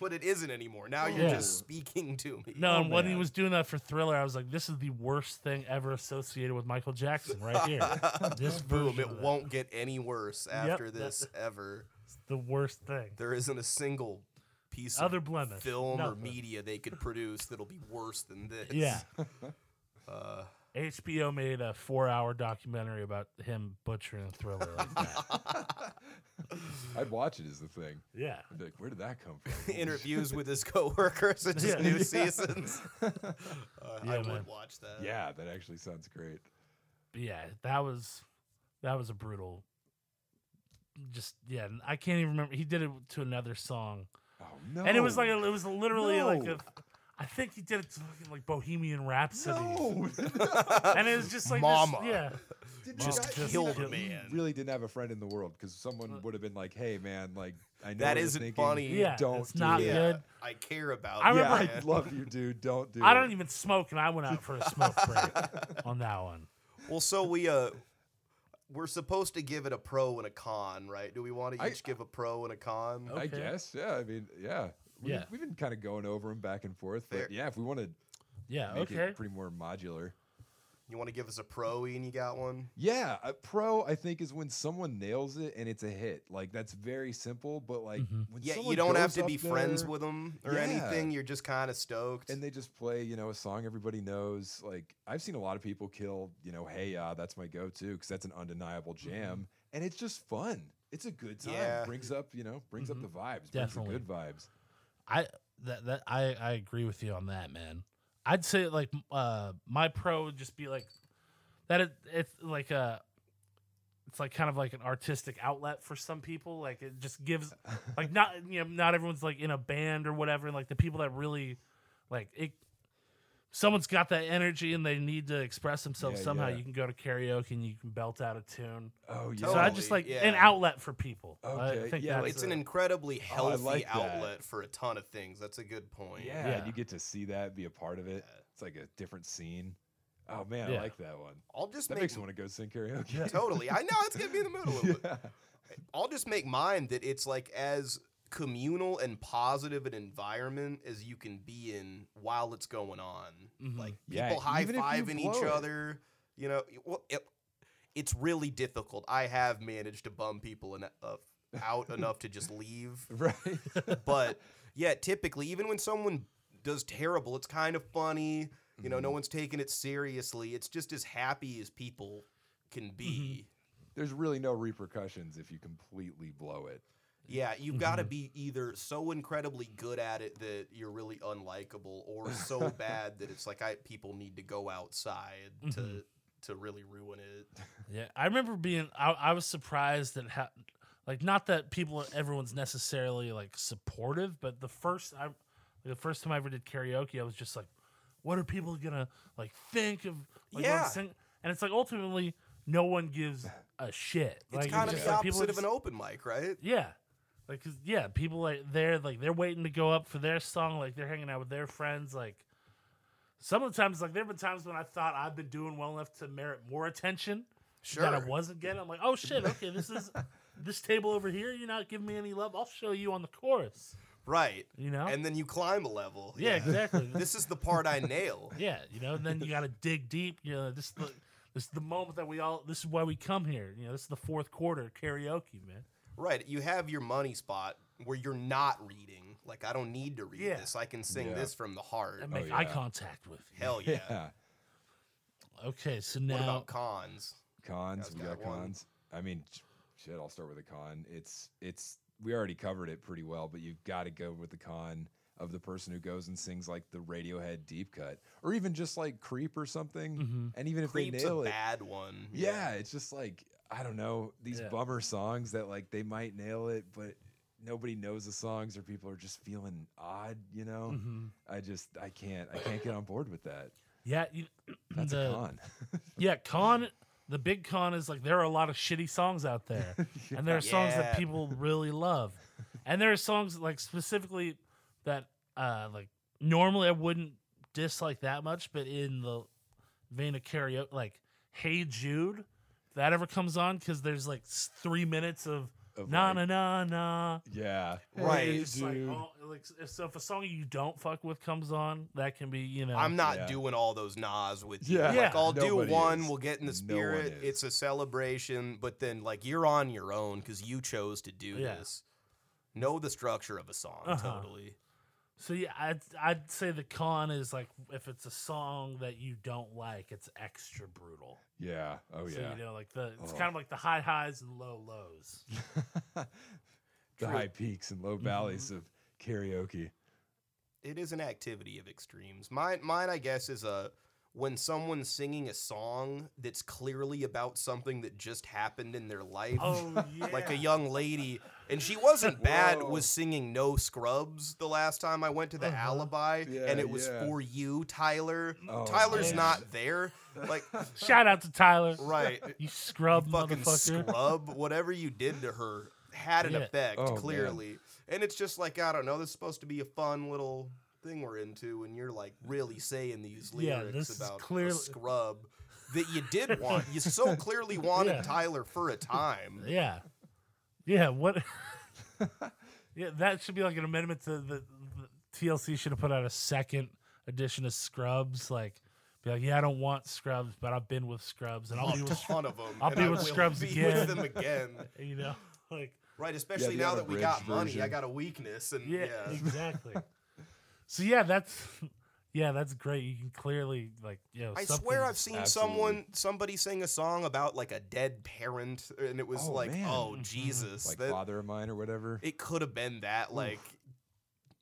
Speaker 2: But it isn't anymore. Now you're
Speaker 3: Yeah.
Speaker 2: just speaking to me. (laughs)
Speaker 3: No, and when he
Speaker 1: man.
Speaker 3: was doing that for Thriller, I was like, this is the worst thing ever associated with Michael Jackson right here.
Speaker 2: (laughs)
Speaker 3: this
Speaker 2: Boom.
Speaker 3: version
Speaker 2: It
Speaker 3: of that.
Speaker 2: won't get any worse after
Speaker 3: that- (laughs)
Speaker 2: this ever.
Speaker 3: It's the worst thing.
Speaker 2: There isn't a single piece
Speaker 3: Other
Speaker 2: of
Speaker 3: blemish.
Speaker 2: film or
Speaker 3: Nothing.
Speaker 2: media they could produce that'll be worse than this.
Speaker 3: Yeah.
Speaker 2: Uh, (laughs)
Speaker 3: HBO made a four hour documentary about him butchering Thriller like that.
Speaker 1: I'd watch it is the thing.
Speaker 3: yeah.
Speaker 1: I'd be like, where did that come (laughs) from?
Speaker 2: interviews with his coworkers and just
Speaker 3: Yeah.
Speaker 2: new
Speaker 1: Yeah.
Speaker 3: (laughs)
Speaker 2: seasons. Uh, I
Speaker 3: Yeah, man.
Speaker 2: would watch that.
Speaker 1: yeah, that actually sounds great.
Speaker 3: But yeah, that was that was a brutal just yeah, and I can't even remember he did it to another song.
Speaker 1: Oh no.
Speaker 3: And it was like a, it was literally like
Speaker 1: No.
Speaker 3: a I think he did it to fucking like Bohemian Rhapsody.
Speaker 1: (laughs) no. (laughs)
Speaker 3: And it was
Speaker 2: (laughs)
Speaker 3: just like
Speaker 2: Mama.
Speaker 3: This, yeah.
Speaker 1: Did you
Speaker 3: Mom
Speaker 2: Just
Speaker 1: guys-
Speaker 3: just
Speaker 2: killed
Speaker 3: killed-
Speaker 2: a man.
Speaker 1: Really didn't have a friend in the world because someone would have been like, "Hey, man, like I know
Speaker 2: That
Speaker 1: what you're
Speaker 2: isn't
Speaker 1: thinking.
Speaker 2: funny.
Speaker 3: Yeah.
Speaker 1: Don't
Speaker 3: it's
Speaker 1: do
Speaker 3: not
Speaker 1: that.
Speaker 2: yeah,
Speaker 3: good.
Speaker 2: I care about.
Speaker 3: I
Speaker 2: you,
Speaker 1: Yeah,
Speaker 3: remember-
Speaker 1: I
Speaker 2: man.
Speaker 1: love you, dude. Don't do.
Speaker 3: I
Speaker 1: it.
Speaker 3: don't even smoke, and I went out for a smoke
Speaker 1: (laughs)
Speaker 3: break on that one.
Speaker 2: well, so we uh, we're supposed to give it a pro and a con, right? Do we want to
Speaker 1: I- Oh.
Speaker 2: each give a pro and a con?
Speaker 1: I
Speaker 3: Okay.
Speaker 1: guess. Yeah. I mean, yeah. We,
Speaker 3: Yeah.
Speaker 1: We've been kind of going over them back and forth, but
Speaker 2: Fair.
Speaker 1: yeah, if we want to
Speaker 3: Yeah.
Speaker 1: make
Speaker 3: okay.
Speaker 1: it pretty more modular.
Speaker 2: You want to give us a pro, Ian? You got one?
Speaker 1: Yeah, a pro I think is when someone nails it and it's a hit. Like that's very simple, but like
Speaker 3: Mhm.
Speaker 1: when
Speaker 2: Yeah, you
Speaker 1: someone
Speaker 2: don't have
Speaker 1: goes
Speaker 2: to
Speaker 1: up
Speaker 2: be friends
Speaker 1: there
Speaker 2: with them or
Speaker 1: Yeah.
Speaker 2: anything. You're just kind of stoked.
Speaker 1: and they just play, you know, a song everybody knows. Like I've seen a lot of people kill, you know, hey ya, that's my go-to because that's an undeniable
Speaker 3: Mm-hmm.
Speaker 1: jam, and it's just fun. It's a good time.
Speaker 2: Yeah.
Speaker 1: Brings up, you know, brings
Speaker 3: Mhm.
Speaker 1: up the vibes.
Speaker 3: Definitely.
Speaker 1: Brings the good vibes. (laughs)
Speaker 3: I that that I I agree with you on that, man. I'd say like uh my pro would just be like that. It, it's like uh it's like kind of like an artistic outlet for some people. Like it just gives like not you know not everyone's like in a band or whatever. And like the people that really like it, someone's got that energy and they need to express themselves
Speaker 1: Yeah,
Speaker 3: somehow.
Speaker 1: yeah.
Speaker 3: You can go to karaoke and you can belt out a tune.
Speaker 1: Oh yeah.
Speaker 3: So I just like
Speaker 2: Totally,
Speaker 3: an
Speaker 2: yeah.
Speaker 3: outlet for people. I
Speaker 1: Okay,
Speaker 3: think
Speaker 1: yeah,
Speaker 3: that's
Speaker 2: It's an
Speaker 3: a-
Speaker 2: incredibly
Speaker 1: Oh, I
Speaker 2: healthy
Speaker 1: like that.
Speaker 2: outlet for a ton of things. That's a good point.
Speaker 1: yeah,
Speaker 3: Yeah.
Speaker 1: You get to see that, be a part of it.
Speaker 2: Yeah.
Speaker 1: It's like a different scene. Oh man, I
Speaker 3: Yeah.
Speaker 1: like that one.
Speaker 2: I'll just
Speaker 1: That
Speaker 2: make
Speaker 1: makes me want to go sing karaoke. (laughs)
Speaker 2: (laughs) totally. I know it's gonna be in the middle of it.
Speaker 1: yeah.
Speaker 2: I'll just make mine that it's like as communal and positive an environment as you can be in while it's going on.
Speaker 3: Mhm.
Speaker 2: Like
Speaker 1: Mm-hmm. Yeah,
Speaker 2: people high
Speaker 1: even if you
Speaker 2: fiving each
Speaker 1: blow it.
Speaker 2: other. You know, well, it, it's really difficult. I have managed to bum people enough
Speaker 1: (laughs)
Speaker 2: out enough to just leave,
Speaker 1: Right.
Speaker 2: but yeah, typically even when someone does terrible, it's kind of funny. (laughs) You
Speaker 1: Mm.
Speaker 2: know, no
Speaker 1: Mm-hmm.
Speaker 2: one's taking it seriously. It's just as happy as people can
Speaker 1: Mm-hmm.
Speaker 2: be.
Speaker 1: There's really no repercussions if you completely blow it.
Speaker 2: Yeah, you've got to
Speaker 3: Mm-hmm.
Speaker 2: be either so incredibly good at it that you're really unlikable, or
Speaker 3: (laughs)
Speaker 2: so bad that it's like I people need to go outside to
Speaker 3: Mhm.
Speaker 2: to really ruin it.
Speaker 3: Yeah, I remember being. I, I was surprised at how, like, not that people, everyone's necessarily like supportive, but the first I, the first time I ever did karaoke, I was just like, what are people gonna like think of? Like, when I'm
Speaker 2: Yeah.
Speaker 3: sing-" and it's like ultimately, no one gives a shit.
Speaker 2: It's
Speaker 3: Like,
Speaker 2: kind of
Speaker 1: just
Speaker 2: the
Speaker 3: like, people
Speaker 2: opposite
Speaker 3: are
Speaker 2: of an
Speaker 3: just-
Speaker 2: open mic, right?
Speaker 3: Yeah, like, 'cause, yeah, people like they're like they're waiting to go up for their song. Like they're hanging out with their friends. Like. Some of the times, like there have been times when I thought I've been doing well enough to merit more attention,
Speaker 2: Sure.
Speaker 3: that I wasn't getting. I'm like, oh shit, okay,
Speaker 2: (laughs)
Speaker 3: this is this table over here. You're not giving me any love. I'll show you on the chorus.
Speaker 2: Right.
Speaker 3: You know?
Speaker 2: And then you climb a level.
Speaker 3: yeah, exactly.
Speaker 2: (laughs) this is the part I nail.
Speaker 3: yeah, you know. And then you got to dig deep. You know, this is the this is the moment that we all. This is why we come here. You know, this is the fourth quarter karaoke, man.
Speaker 2: Right. You have your money spot where you're not reading. Like I don't need to read
Speaker 3: Yeah.
Speaker 2: this. I can sing
Speaker 1: Yeah.
Speaker 2: this from the heart.
Speaker 3: And make
Speaker 1: yeah.
Speaker 3: eye contact with you.
Speaker 2: Oh, Hell Oh,
Speaker 1: (laughs)
Speaker 2: yeah.
Speaker 3: Okay, so now
Speaker 2: What about cons?
Speaker 1: Cons.
Speaker 2: Guys
Speaker 1: We
Speaker 2: got
Speaker 1: got
Speaker 2: one.
Speaker 1: cons. I mean, sh- shit. I'll start with a con. It's it's we already covered it pretty well, but you've got to go with the con of the person who goes and sings like the Radiohead deep cut, or even just like Creep or something.
Speaker 3: Mhm.
Speaker 1: And even if
Speaker 2: Creep's
Speaker 1: they nail
Speaker 2: a
Speaker 1: it,
Speaker 2: bad one.
Speaker 1: yeah, it's just like I don't know these
Speaker 3: Yeah.
Speaker 1: bummer songs that like they might nail it, but nobody knows the songs or people are just feeling odd. You know,
Speaker 3: Mhm.
Speaker 1: I just I can't I can't get on board with that.
Speaker 3: yeah, you,
Speaker 1: That's
Speaker 3: the,
Speaker 1: a con. (laughs)
Speaker 3: Yeah, con. The big con is like there are a lot of shitty songs out there, (laughs) and there are songs
Speaker 2: Yeah.
Speaker 3: that people really love, and there are songs like specifically that uh like normally I wouldn't dislike that much, but in the vein of karaoke, like Hey Jude, if that ever comes on because there's like s- three minutes of
Speaker 1: Of,
Speaker 3: na
Speaker 1: like,
Speaker 3: na na na.
Speaker 1: Yeah.
Speaker 3: and
Speaker 2: Right,
Speaker 3: it's just like,
Speaker 1: dude.
Speaker 3: oh, like, so if a song you don't fuck with comes on, that can be you know.
Speaker 2: I'm not
Speaker 1: Yeah.
Speaker 2: doing all those nas with you.
Speaker 1: Yeah.
Speaker 2: Like
Speaker 3: Yeah.
Speaker 2: I'll do
Speaker 1: Nobody
Speaker 2: one,
Speaker 1: is.
Speaker 2: we'll get in the
Speaker 1: No one
Speaker 2: spirit.
Speaker 1: is.
Speaker 2: it's a celebration, but then like you're on your own because you chose to do
Speaker 3: Yeah.
Speaker 2: this. Know the structure of a song
Speaker 3: Uh-huh.
Speaker 2: totally.
Speaker 3: So yeah, I'd I'd say the con is like if it's a song that you don't like, it's extra brutal.
Speaker 1: Yeah. Oh
Speaker 3: so,
Speaker 1: yeah.
Speaker 3: you know, like the
Speaker 2: Uh-huh.
Speaker 3: it's
Speaker 1: Oh.
Speaker 3: kind of like the high highs and low
Speaker 2: (laughs)
Speaker 3: lows.
Speaker 1: (laughs) the high peaks and low valleys
Speaker 3: Mm-hmm.
Speaker 1: of karaoke.
Speaker 2: It is an activity of extremes. Mine, mine, I guess, is a when someone's singing a song that's clearly about something that just happened in their life.
Speaker 3: Oh yeah,
Speaker 2: like a young lady and she wasn't bad
Speaker 1: Whoa.
Speaker 2: was singing no scrubs the last time i went to the
Speaker 3: Uh-huh.
Speaker 2: alibi
Speaker 1: Yeah,
Speaker 2: and it was
Speaker 1: yeah.
Speaker 2: for you tyler
Speaker 1: Oh,
Speaker 2: Mm, tyler's
Speaker 3: man.
Speaker 2: not there
Speaker 1: (laughs)
Speaker 2: like
Speaker 3: (laughs) shout out to Tyler.
Speaker 2: (laughs) right
Speaker 3: You scrub
Speaker 2: fucking
Speaker 3: motherfucker.
Speaker 2: scrub whatever you did to her had an
Speaker 3: Yeah.
Speaker 2: effect
Speaker 1: Oh, man.
Speaker 2: clearly and it's just like i don't know this is supposed to be a fun little thing we're into and you're like really saying these
Speaker 3: Yeah,
Speaker 2: lyrics
Speaker 3: this is
Speaker 2: about a
Speaker 3: clearly-
Speaker 2: scrub that you
Speaker 3: (laughs)
Speaker 2: did want you so clearly wanted
Speaker 3: Yeah.
Speaker 2: tyler for a time
Speaker 3: Yeah, yeah.
Speaker 2: (laughs)
Speaker 3: What? (laughs) yeah, that should be like an amendment to the, the TLC should have put out a second edition of Scrubs. Like, be like, yeah, I don't want Scrubs, but I've been with Scrubs, and (laughs) I'll be
Speaker 2: a
Speaker 3: with
Speaker 2: ton
Speaker 3: (laughs)
Speaker 2: of them.
Speaker 3: I'll
Speaker 2: and
Speaker 3: be
Speaker 2: I
Speaker 3: with
Speaker 2: will
Speaker 3: Scrubs
Speaker 2: be
Speaker 3: again.
Speaker 2: With them again,
Speaker 3: (laughs) you know, like.
Speaker 2: right? Especially
Speaker 1: the
Speaker 2: now that we got
Speaker 1: unabridged
Speaker 2: money, I
Speaker 1: version.
Speaker 2: got a weakness, and
Speaker 3: Yeah,
Speaker 2: yeah,
Speaker 3: (laughs) exactly. so yeah, that's (laughs) yeah, that's great. You can clearly like you know.
Speaker 2: I swear I've
Speaker 3: something's-
Speaker 2: seen
Speaker 1: Absolutely.
Speaker 2: someone somebody sing a song about like a dead parent, and it was
Speaker 1: Oh,
Speaker 2: like,
Speaker 1: man.
Speaker 2: oh
Speaker 3: Mhm.
Speaker 2: Jesus,
Speaker 1: Like
Speaker 2: that-
Speaker 1: father of mine or whatever.
Speaker 2: it could have been that. Like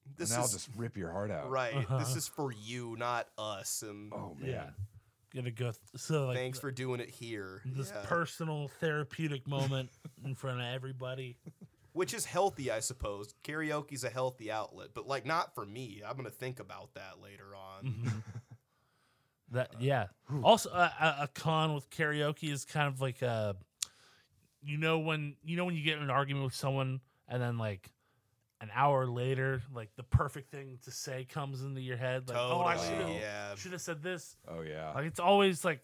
Speaker 1: and
Speaker 2: this
Speaker 1: I'll
Speaker 2: is
Speaker 1: just (laughs) rip your heart out.
Speaker 2: (laughs) right.
Speaker 3: Uh-huh.
Speaker 2: This is for you, not us. And
Speaker 1: Oh man.
Speaker 3: Yeah. gonna go th- so like
Speaker 2: Thanks for doing it here.
Speaker 3: this
Speaker 2: Yeah.
Speaker 3: personal therapeutic moment in front
Speaker 2: (laughs)
Speaker 3: of everybody.
Speaker 2: Which is healthy, I suppose. Karaoke's a healthy outlet, but like not for me. I'm gonna think about that later on.
Speaker 1: Mm-hmm.
Speaker 3: Mhm. that
Speaker 2: Uh,
Speaker 3: yeah. Also, a, a- a con with karaoke is kind of like uh you know when you know when you get in an argument with someone and then like an hour later, like the perfect thing to say comes into your head, like oh I should
Speaker 2: Totally,
Speaker 3: have
Speaker 2: yeah.
Speaker 3: should have said this.
Speaker 1: Oh yeah.
Speaker 3: Like Uh, it's always like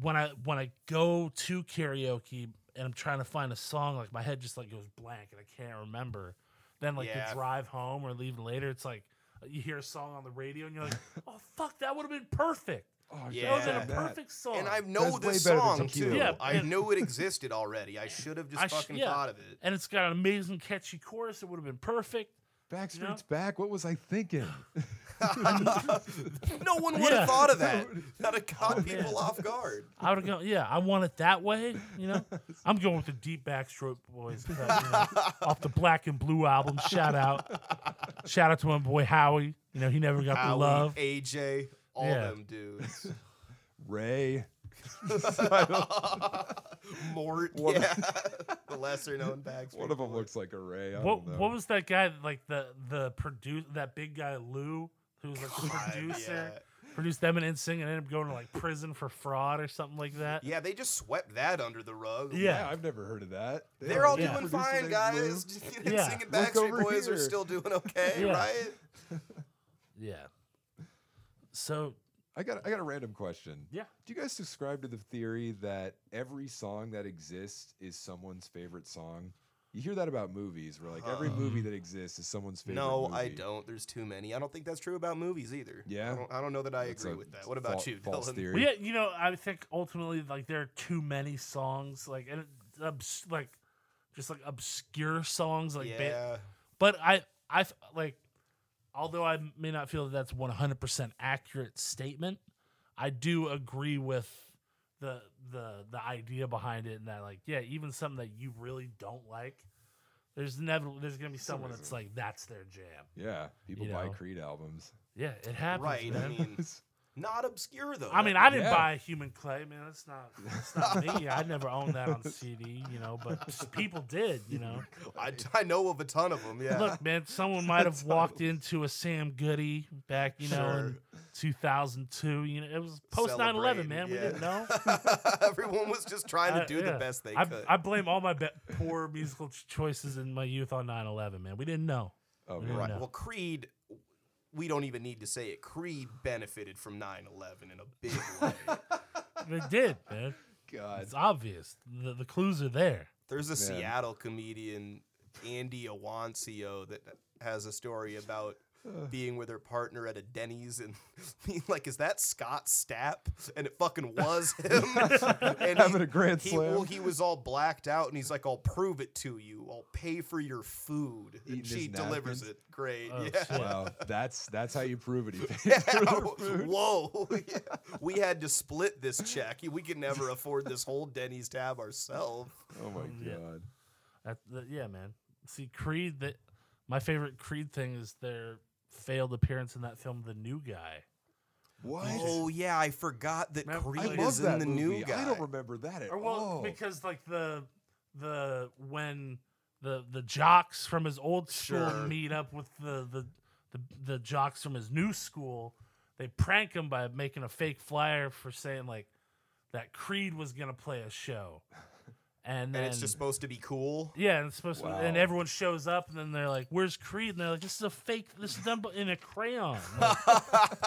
Speaker 3: when I when I go to karaoke and I'm trying to find a song, like my head just like goes blank and I can't remember. Then like
Speaker 2: Yeah.
Speaker 3: the drive home or leaving later, it's like you hear a song on the radio and you're like, (laughs) oh fuck, that would have been perfect.
Speaker 1: Oh,
Speaker 2: Yeah.
Speaker 3: That would have
Speaker 2: Yeah.
Speaker 3: been a perfect song.
Speaker 2: And I know
Speaker 1: That's way
Speaker 2: this
Speaker 1: better than
Speaker 2: song
Speaker 1: tequila.
Speaker 2: too.
Speaker 3: Yeah,
Speaker 2: I
Speaker 3: and-
Speaker 2: know it existed already. I should
Speaker 1: (laughs)
Speaker 2: have just
Speaker 3: I sh-
Speaker 2: fucking
Speaker 3: yeah.
Speaker 2: thought of it.
Speaker 3: and it's got an amazing catchy chorus. It would have been perfect.
Speaker 1: Backstreet's
Speaker 3: know?
Speaker 1: back. What was I thinking? (laughs)
Speaker 2: no one would have
Speaker 3: Yeah. Oh,
Speaker 2: thought of that. That'd have caught
Speaker 3: man.
Speaker 2: people off guard.
Speaker 3: I would have gone, yeah, I want it that way. You know, I'm going with the deep Backstreet Boys cut, you know, off the Black and Blue album. Shout out, shout out to my boy Howie. You know, he never got the
Speaker 2: Howie,
Speaker 3: love.
Speaker 2: AJ, all
Speaker 3: Yeah.
Speaker 2: them
Speaker 1: (laughs)
Speaker 2: dudes.
Speaker 1: Ray.
Speaker 2: Mort,
Speaker 1: One-
Speaker 2: yeah. the lesser known Backstreet.
Speaker 1: One of them
Speaker 2: Boys.
Speaker 1: looks like a Ray. I
Speaker 3: What
Speaker 1: don't know.
Speaker 3: what was that guy like the the produce that big guy Lou who was like the
Speaker 2: God,
Speaker 3: producer produced them and NSYNC and ended up going to like prison for fraud or something like that.
Speaker 2: Yeah. yeah, they just swept that under the rug.
Speaker 3: Yeah.
Speaker 1: yeah, I've never heard of that. They
Speaker 2: They're all
Speaker 1: already
Speaker 2: doing
Speaker 1: produced a
Speaker 2: fine,
Speaker 1: name,
Speaker 2: (laughs) guys.
Speaker 1: Lou.
Speaker 3: Yeah.
Speaker 2: Singing
Speaker 1: Look
Speaker 2: Backstreet
Speaker 1: over
Speaker 2: Boys are
Speaker 1: here.
Speaker 2: still doing okay,
Speaker 3: (laughs) Yeah.
Speaker 2: right?
Speaker 3: Yeah. So
Speaker 1: I got I got a random question.
Speaker 3: yeah,
Speaker 1: Do you guys subscribe to the theory that every song that exists is someone's favorite song? You hear that about movies, where like every
Speaker 2: Um,
Speaker 1: movie that exists is someone's favorite.
Speaker 2: No, I
Speaker 1: movie.
Speaker 2: don't. There's too many. I don't think that's true about movies either.
Speaker 1: Yeah?
Speaker 2: I don't, I don't know that I
Speaker 1: That's
Speaker 2: agree
Speaker 1: a
Speaker 2: with that. What about
Speaker 1: fal-
Speaker 2: you,
Speaker 1: false
Speaker 2: Dylan?
Speaker 1: theory.
Speaker 3: well, yeah, you know, I think ultimately like there are too many songs like and it's obs- like just like obscure songs like ba-
Speaker 2: yeah.
Speaker 3: but I I f- like although I may not feel that that's 100% accurate statement, I do agree with the the the idea behind it and that like yeah, even something that you really don't like there's inevitable there's going to be someone that's like that's their jam.
Speaker 1: Yeah, people
Speaker 3: You
Speaker 1: buy
Speaker 3: know.
Speaker 1: Creed albums.
Speaker 3: Yeah, it happens.
Speaker 2: right. I
Speaker 1: (laughs)
Speaker 3: man.
Speaker 2: mean, not obscure though.
Speaker 3: I mean, I didn't
Speaker 1: Yeah.
Speaker 3: buy Human Clay, man. That's not that's not me. I never owned that on CD, you know, but just people did, you know.
Speaker 2: I, I know of a ton of them. Yeah.
Speaker 3: Look, man, someone might have walked into a Sam Goody back, you know, in 2002. You know, it was post 9 11, man. We didn't know.
Speaker 2: (laughs) Everyone was just trying
Speaker 3: I-
Speaker 2: to do
Speaker 3: yeah.
Speaker 2: the best they
Speaker 3: I,
Speaker 2: could.
Speaker 3: I blame all my be- poor musical ch- choices in my youth on 9 11, man. We didn't know.
Speaker 1: Oh,
Speaker 3: Yeah.
Speaker 2: right.
Speaker 3: no.
Speaker 2: Well, Creed, we don't even need to say it. Creed benefited from 9 11 in a
Speaker 3: (laughs)
Speaker 2: big way.
Speaker 3: They did,
Speaker 2: (laughs)
Speaker 3: man.
Speaker 1: God.
Speaker 3: (laughs) It's obvious. The, the clues are there.
Speaker 2: There's a
Speaker 1: Man.
Speaker 2: Seattle comedian, Andy Awancio, that has a story about being with her partner at a Denny's and (laughs) being like, is that Scott Stapp? And it fucking was
Speaker 1: (laughs)
Speaker 2: him. and
Speaker 1: Having a grand
Speaker 2: he,
Speaker 1: slam.
Speaker 2: well, he was all blacked out and he's like, I'll prove it to you. I'll pay for your food.
Speaker 1: Eating
Speaker 2: and she
Speaker 1: his
Speaker 2: delivers
Speaker 1: napkins?
Speaker 2: it. Great.
Speaker 3: Oh,
Speaker 2: yeah. (laughs)
Speaker 3: shit.
Speaker 1: Wow, that's that's how you prove it. He (laughs) paid for their food.
Speaker 2: Whoa. Yeah. We had to split this check. We could never afford this whole Denny's tab ourselves.
Speaker 1: Oh my
Speaker 3: Yeah.
Speaker 1: god.
Speaker 3: That, that, yeah, man. See, Creed, that my favorite Creed thing is their failed appearance in that film, The New Guy.
Speaker 1: What?
Speaker 2: Oh yeah, I forgot that
Speaker 3: Man, I
Speaker 1: I
Speaker 2: Creed
Speaker 3: love
Speaker 2: is
Speaker 1: love
Speaker 2: in
Speaker 1: that
Speaker 2: the
Speaker 1: movie.
Speaker 2: new guy.
Speaker 1: I don't remember that at
Speaker 3: Or well,
Speaker 2: oh.
Speaker 1: all.
Speaker 3: because like the the when the the jocks from his old school
Speaker 2: Sure.
Speaker 3: meet up with the, the the the jocks from his new school, they prank him by making a fake flyer for saying like that Creed was gonna play
Speaker 2: (laughs)
Speaker 3: a show, and then
Speaker 2: and it's just supposed to be cool.
Speaker 3: (laughs) yeah, and it's supposed to, and
Speaker 1: Wow.
Speaker 3: everyone shows up, and then they're like, "Where's Creed?" And they're like, "This is a fake. This is done bu- in
Speaker 2: (laughs)
Speaker 3: a crayon. Like,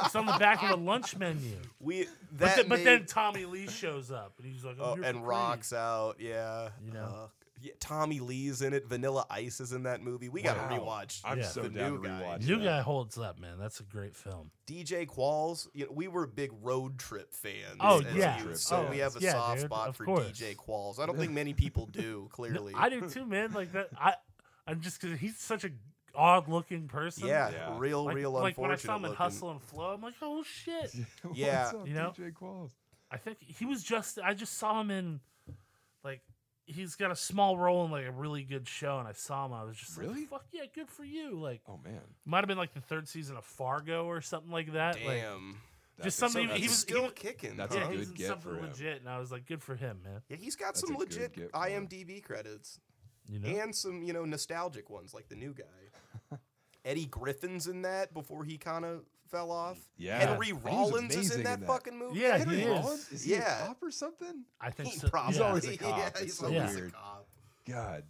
Speaker 3: it's on the back of a lunch menu."
Speaker 2: We
Speaker 3: But,
Speaker 2: that
Speaker 3: th- but
Speaker 2: made-
Speaker 3: then Tommy Lee shows up, and he's like,
Speaker 2: (laughs)
Speaker 3: I'm
Speaker 2: oh,
Speaker 3: here for
Speaker 2: and
Speaker 3: Creed."
Speaker 2: rocks out. Yeah,
Speaker 3: You know.
Speaker 2: Uh, yeah, Tommy Lee's in it. Vanilla Ice is in that movie. We gotta
Speaker 1: Wow.
Speaker 2: rewatch.
Speaker 1: I'm
Speaker 3: Yeah.
Speaker 1: so
Speaker 2: The
Speaker 1: down
Speaker 2: new
Speaker 1: to
Speaker 2: guy.
Speaker 1: rewatch.
Speaker 3: New
Speaker 1: that.
Speaker 3: Guy holds up, man. That's a great film.
Speaker 2: DJ Qualls. You know, we were big road trip fans.
Speaker 3: Oh,
Speaker 2: as
Speaker 3: yeah.
Speaker 2: youth, so
Speaker 1: Oh,
Speaker 2: we have a
Speaker 3: yeah,
Speaker 2: soft
Speaker 3: dude,
Speaker 2: spot
Speaker 3: of
Speaker 2: for
Speaker 3: course.
Speaker 2: DJ Qualls. I don't
Speaker 3: (laughs)
Speaker 2: think many people do. Clearly,
Speaker 3: I do too, man. Like that, I I'm just because he's such a odd looking person.
Speaker 2: yeah,
Speaker 1: Yeah.
Speaker 2: real,
Speaker 3: like,
Speaker 2: real
Speaker 3: like
Speaker 2: unfortunate.
Speaker 3: when I saw him in
Speaker 2: looking.
Speaker 3: Hustle and Flow, I'm like, oh shit.
Speaker 1: (laughs) (laughs) What's
Speaker 2: Yeah.
Speaker 1: up,
Speaker 3: You know?
Speaker 1: DJ Qualls.
Speaker 3: I think he was just. I just saw him in, like, he's got a small role in like a really good show, and I saw him. I was just
Speaker 1: Really?
Speaker 3: like, fuck yeah, good for you. Like,
Speaker 1: Oh man.
Speaker 3: might have been like the third season of Fargo or something like that. Like,
Speaker 2: Damn.
Speaker 1: That's
Speaker 3: Just something
Speaker 1: a-
Speaker 3: he
Speaker 1: that's
Speaker 3: was-
Speaker 1: a-
Speaker 2: still kicking.
Speaker 1: that's a
Speaker 2: huh?
Speaker 3: yeah, he's
Speaker 1: good
Speaker 3: in
Speaker 1: get
Speaker 3: something
Speaker 1: for him.
Speaker 3: legit, and I was like, good for him, man.
Speaker 2: yeah, he's got
Speaker 1: That's
Speaker 2: some
Speaker 1: a good
Speaker 2: legit
Speaker 1: get for him.
Speaker 2: IMDb credits
Speaker 3: You know,
Speaker 2: and some you know nostalgic ones like the new guy.
Speaker 1: (laughs)
Speaker 2: Eddie Griffin's in that before he kind of fell off.
Speaker 1: Yeah.
Speaker 2: Henry
Speaker 1: He was
Speaker 2: Rollins is
Speaker 1: amazing
Speaker 2: in
Speaker 1: in
Speaker 2: that,
Speaker 1: that.
Speaker 2: fucking movie.
Speaker 3: Yeah,
Speaker 1: Henry
Speaker 3: he is.
Speaker 1: Rollins? Is he a
Speaker 2: Yeah.
Speaker 1: cop or something?
Speaker 3: I think
Speaker 2: He
Speaker 3: so.
Speaker 2: probably
Speaker 1: He's
Speaker 3: yeah.
Speaker 1: always a cop.
Speaker 2: (laughs) Yeah,
Speaker 1: It's
Speaker 2: he's
Speaker 1: so
Speaker 2: always
Speaker 1: weird.
Speaker 2: a cop.
Speaker 1: God.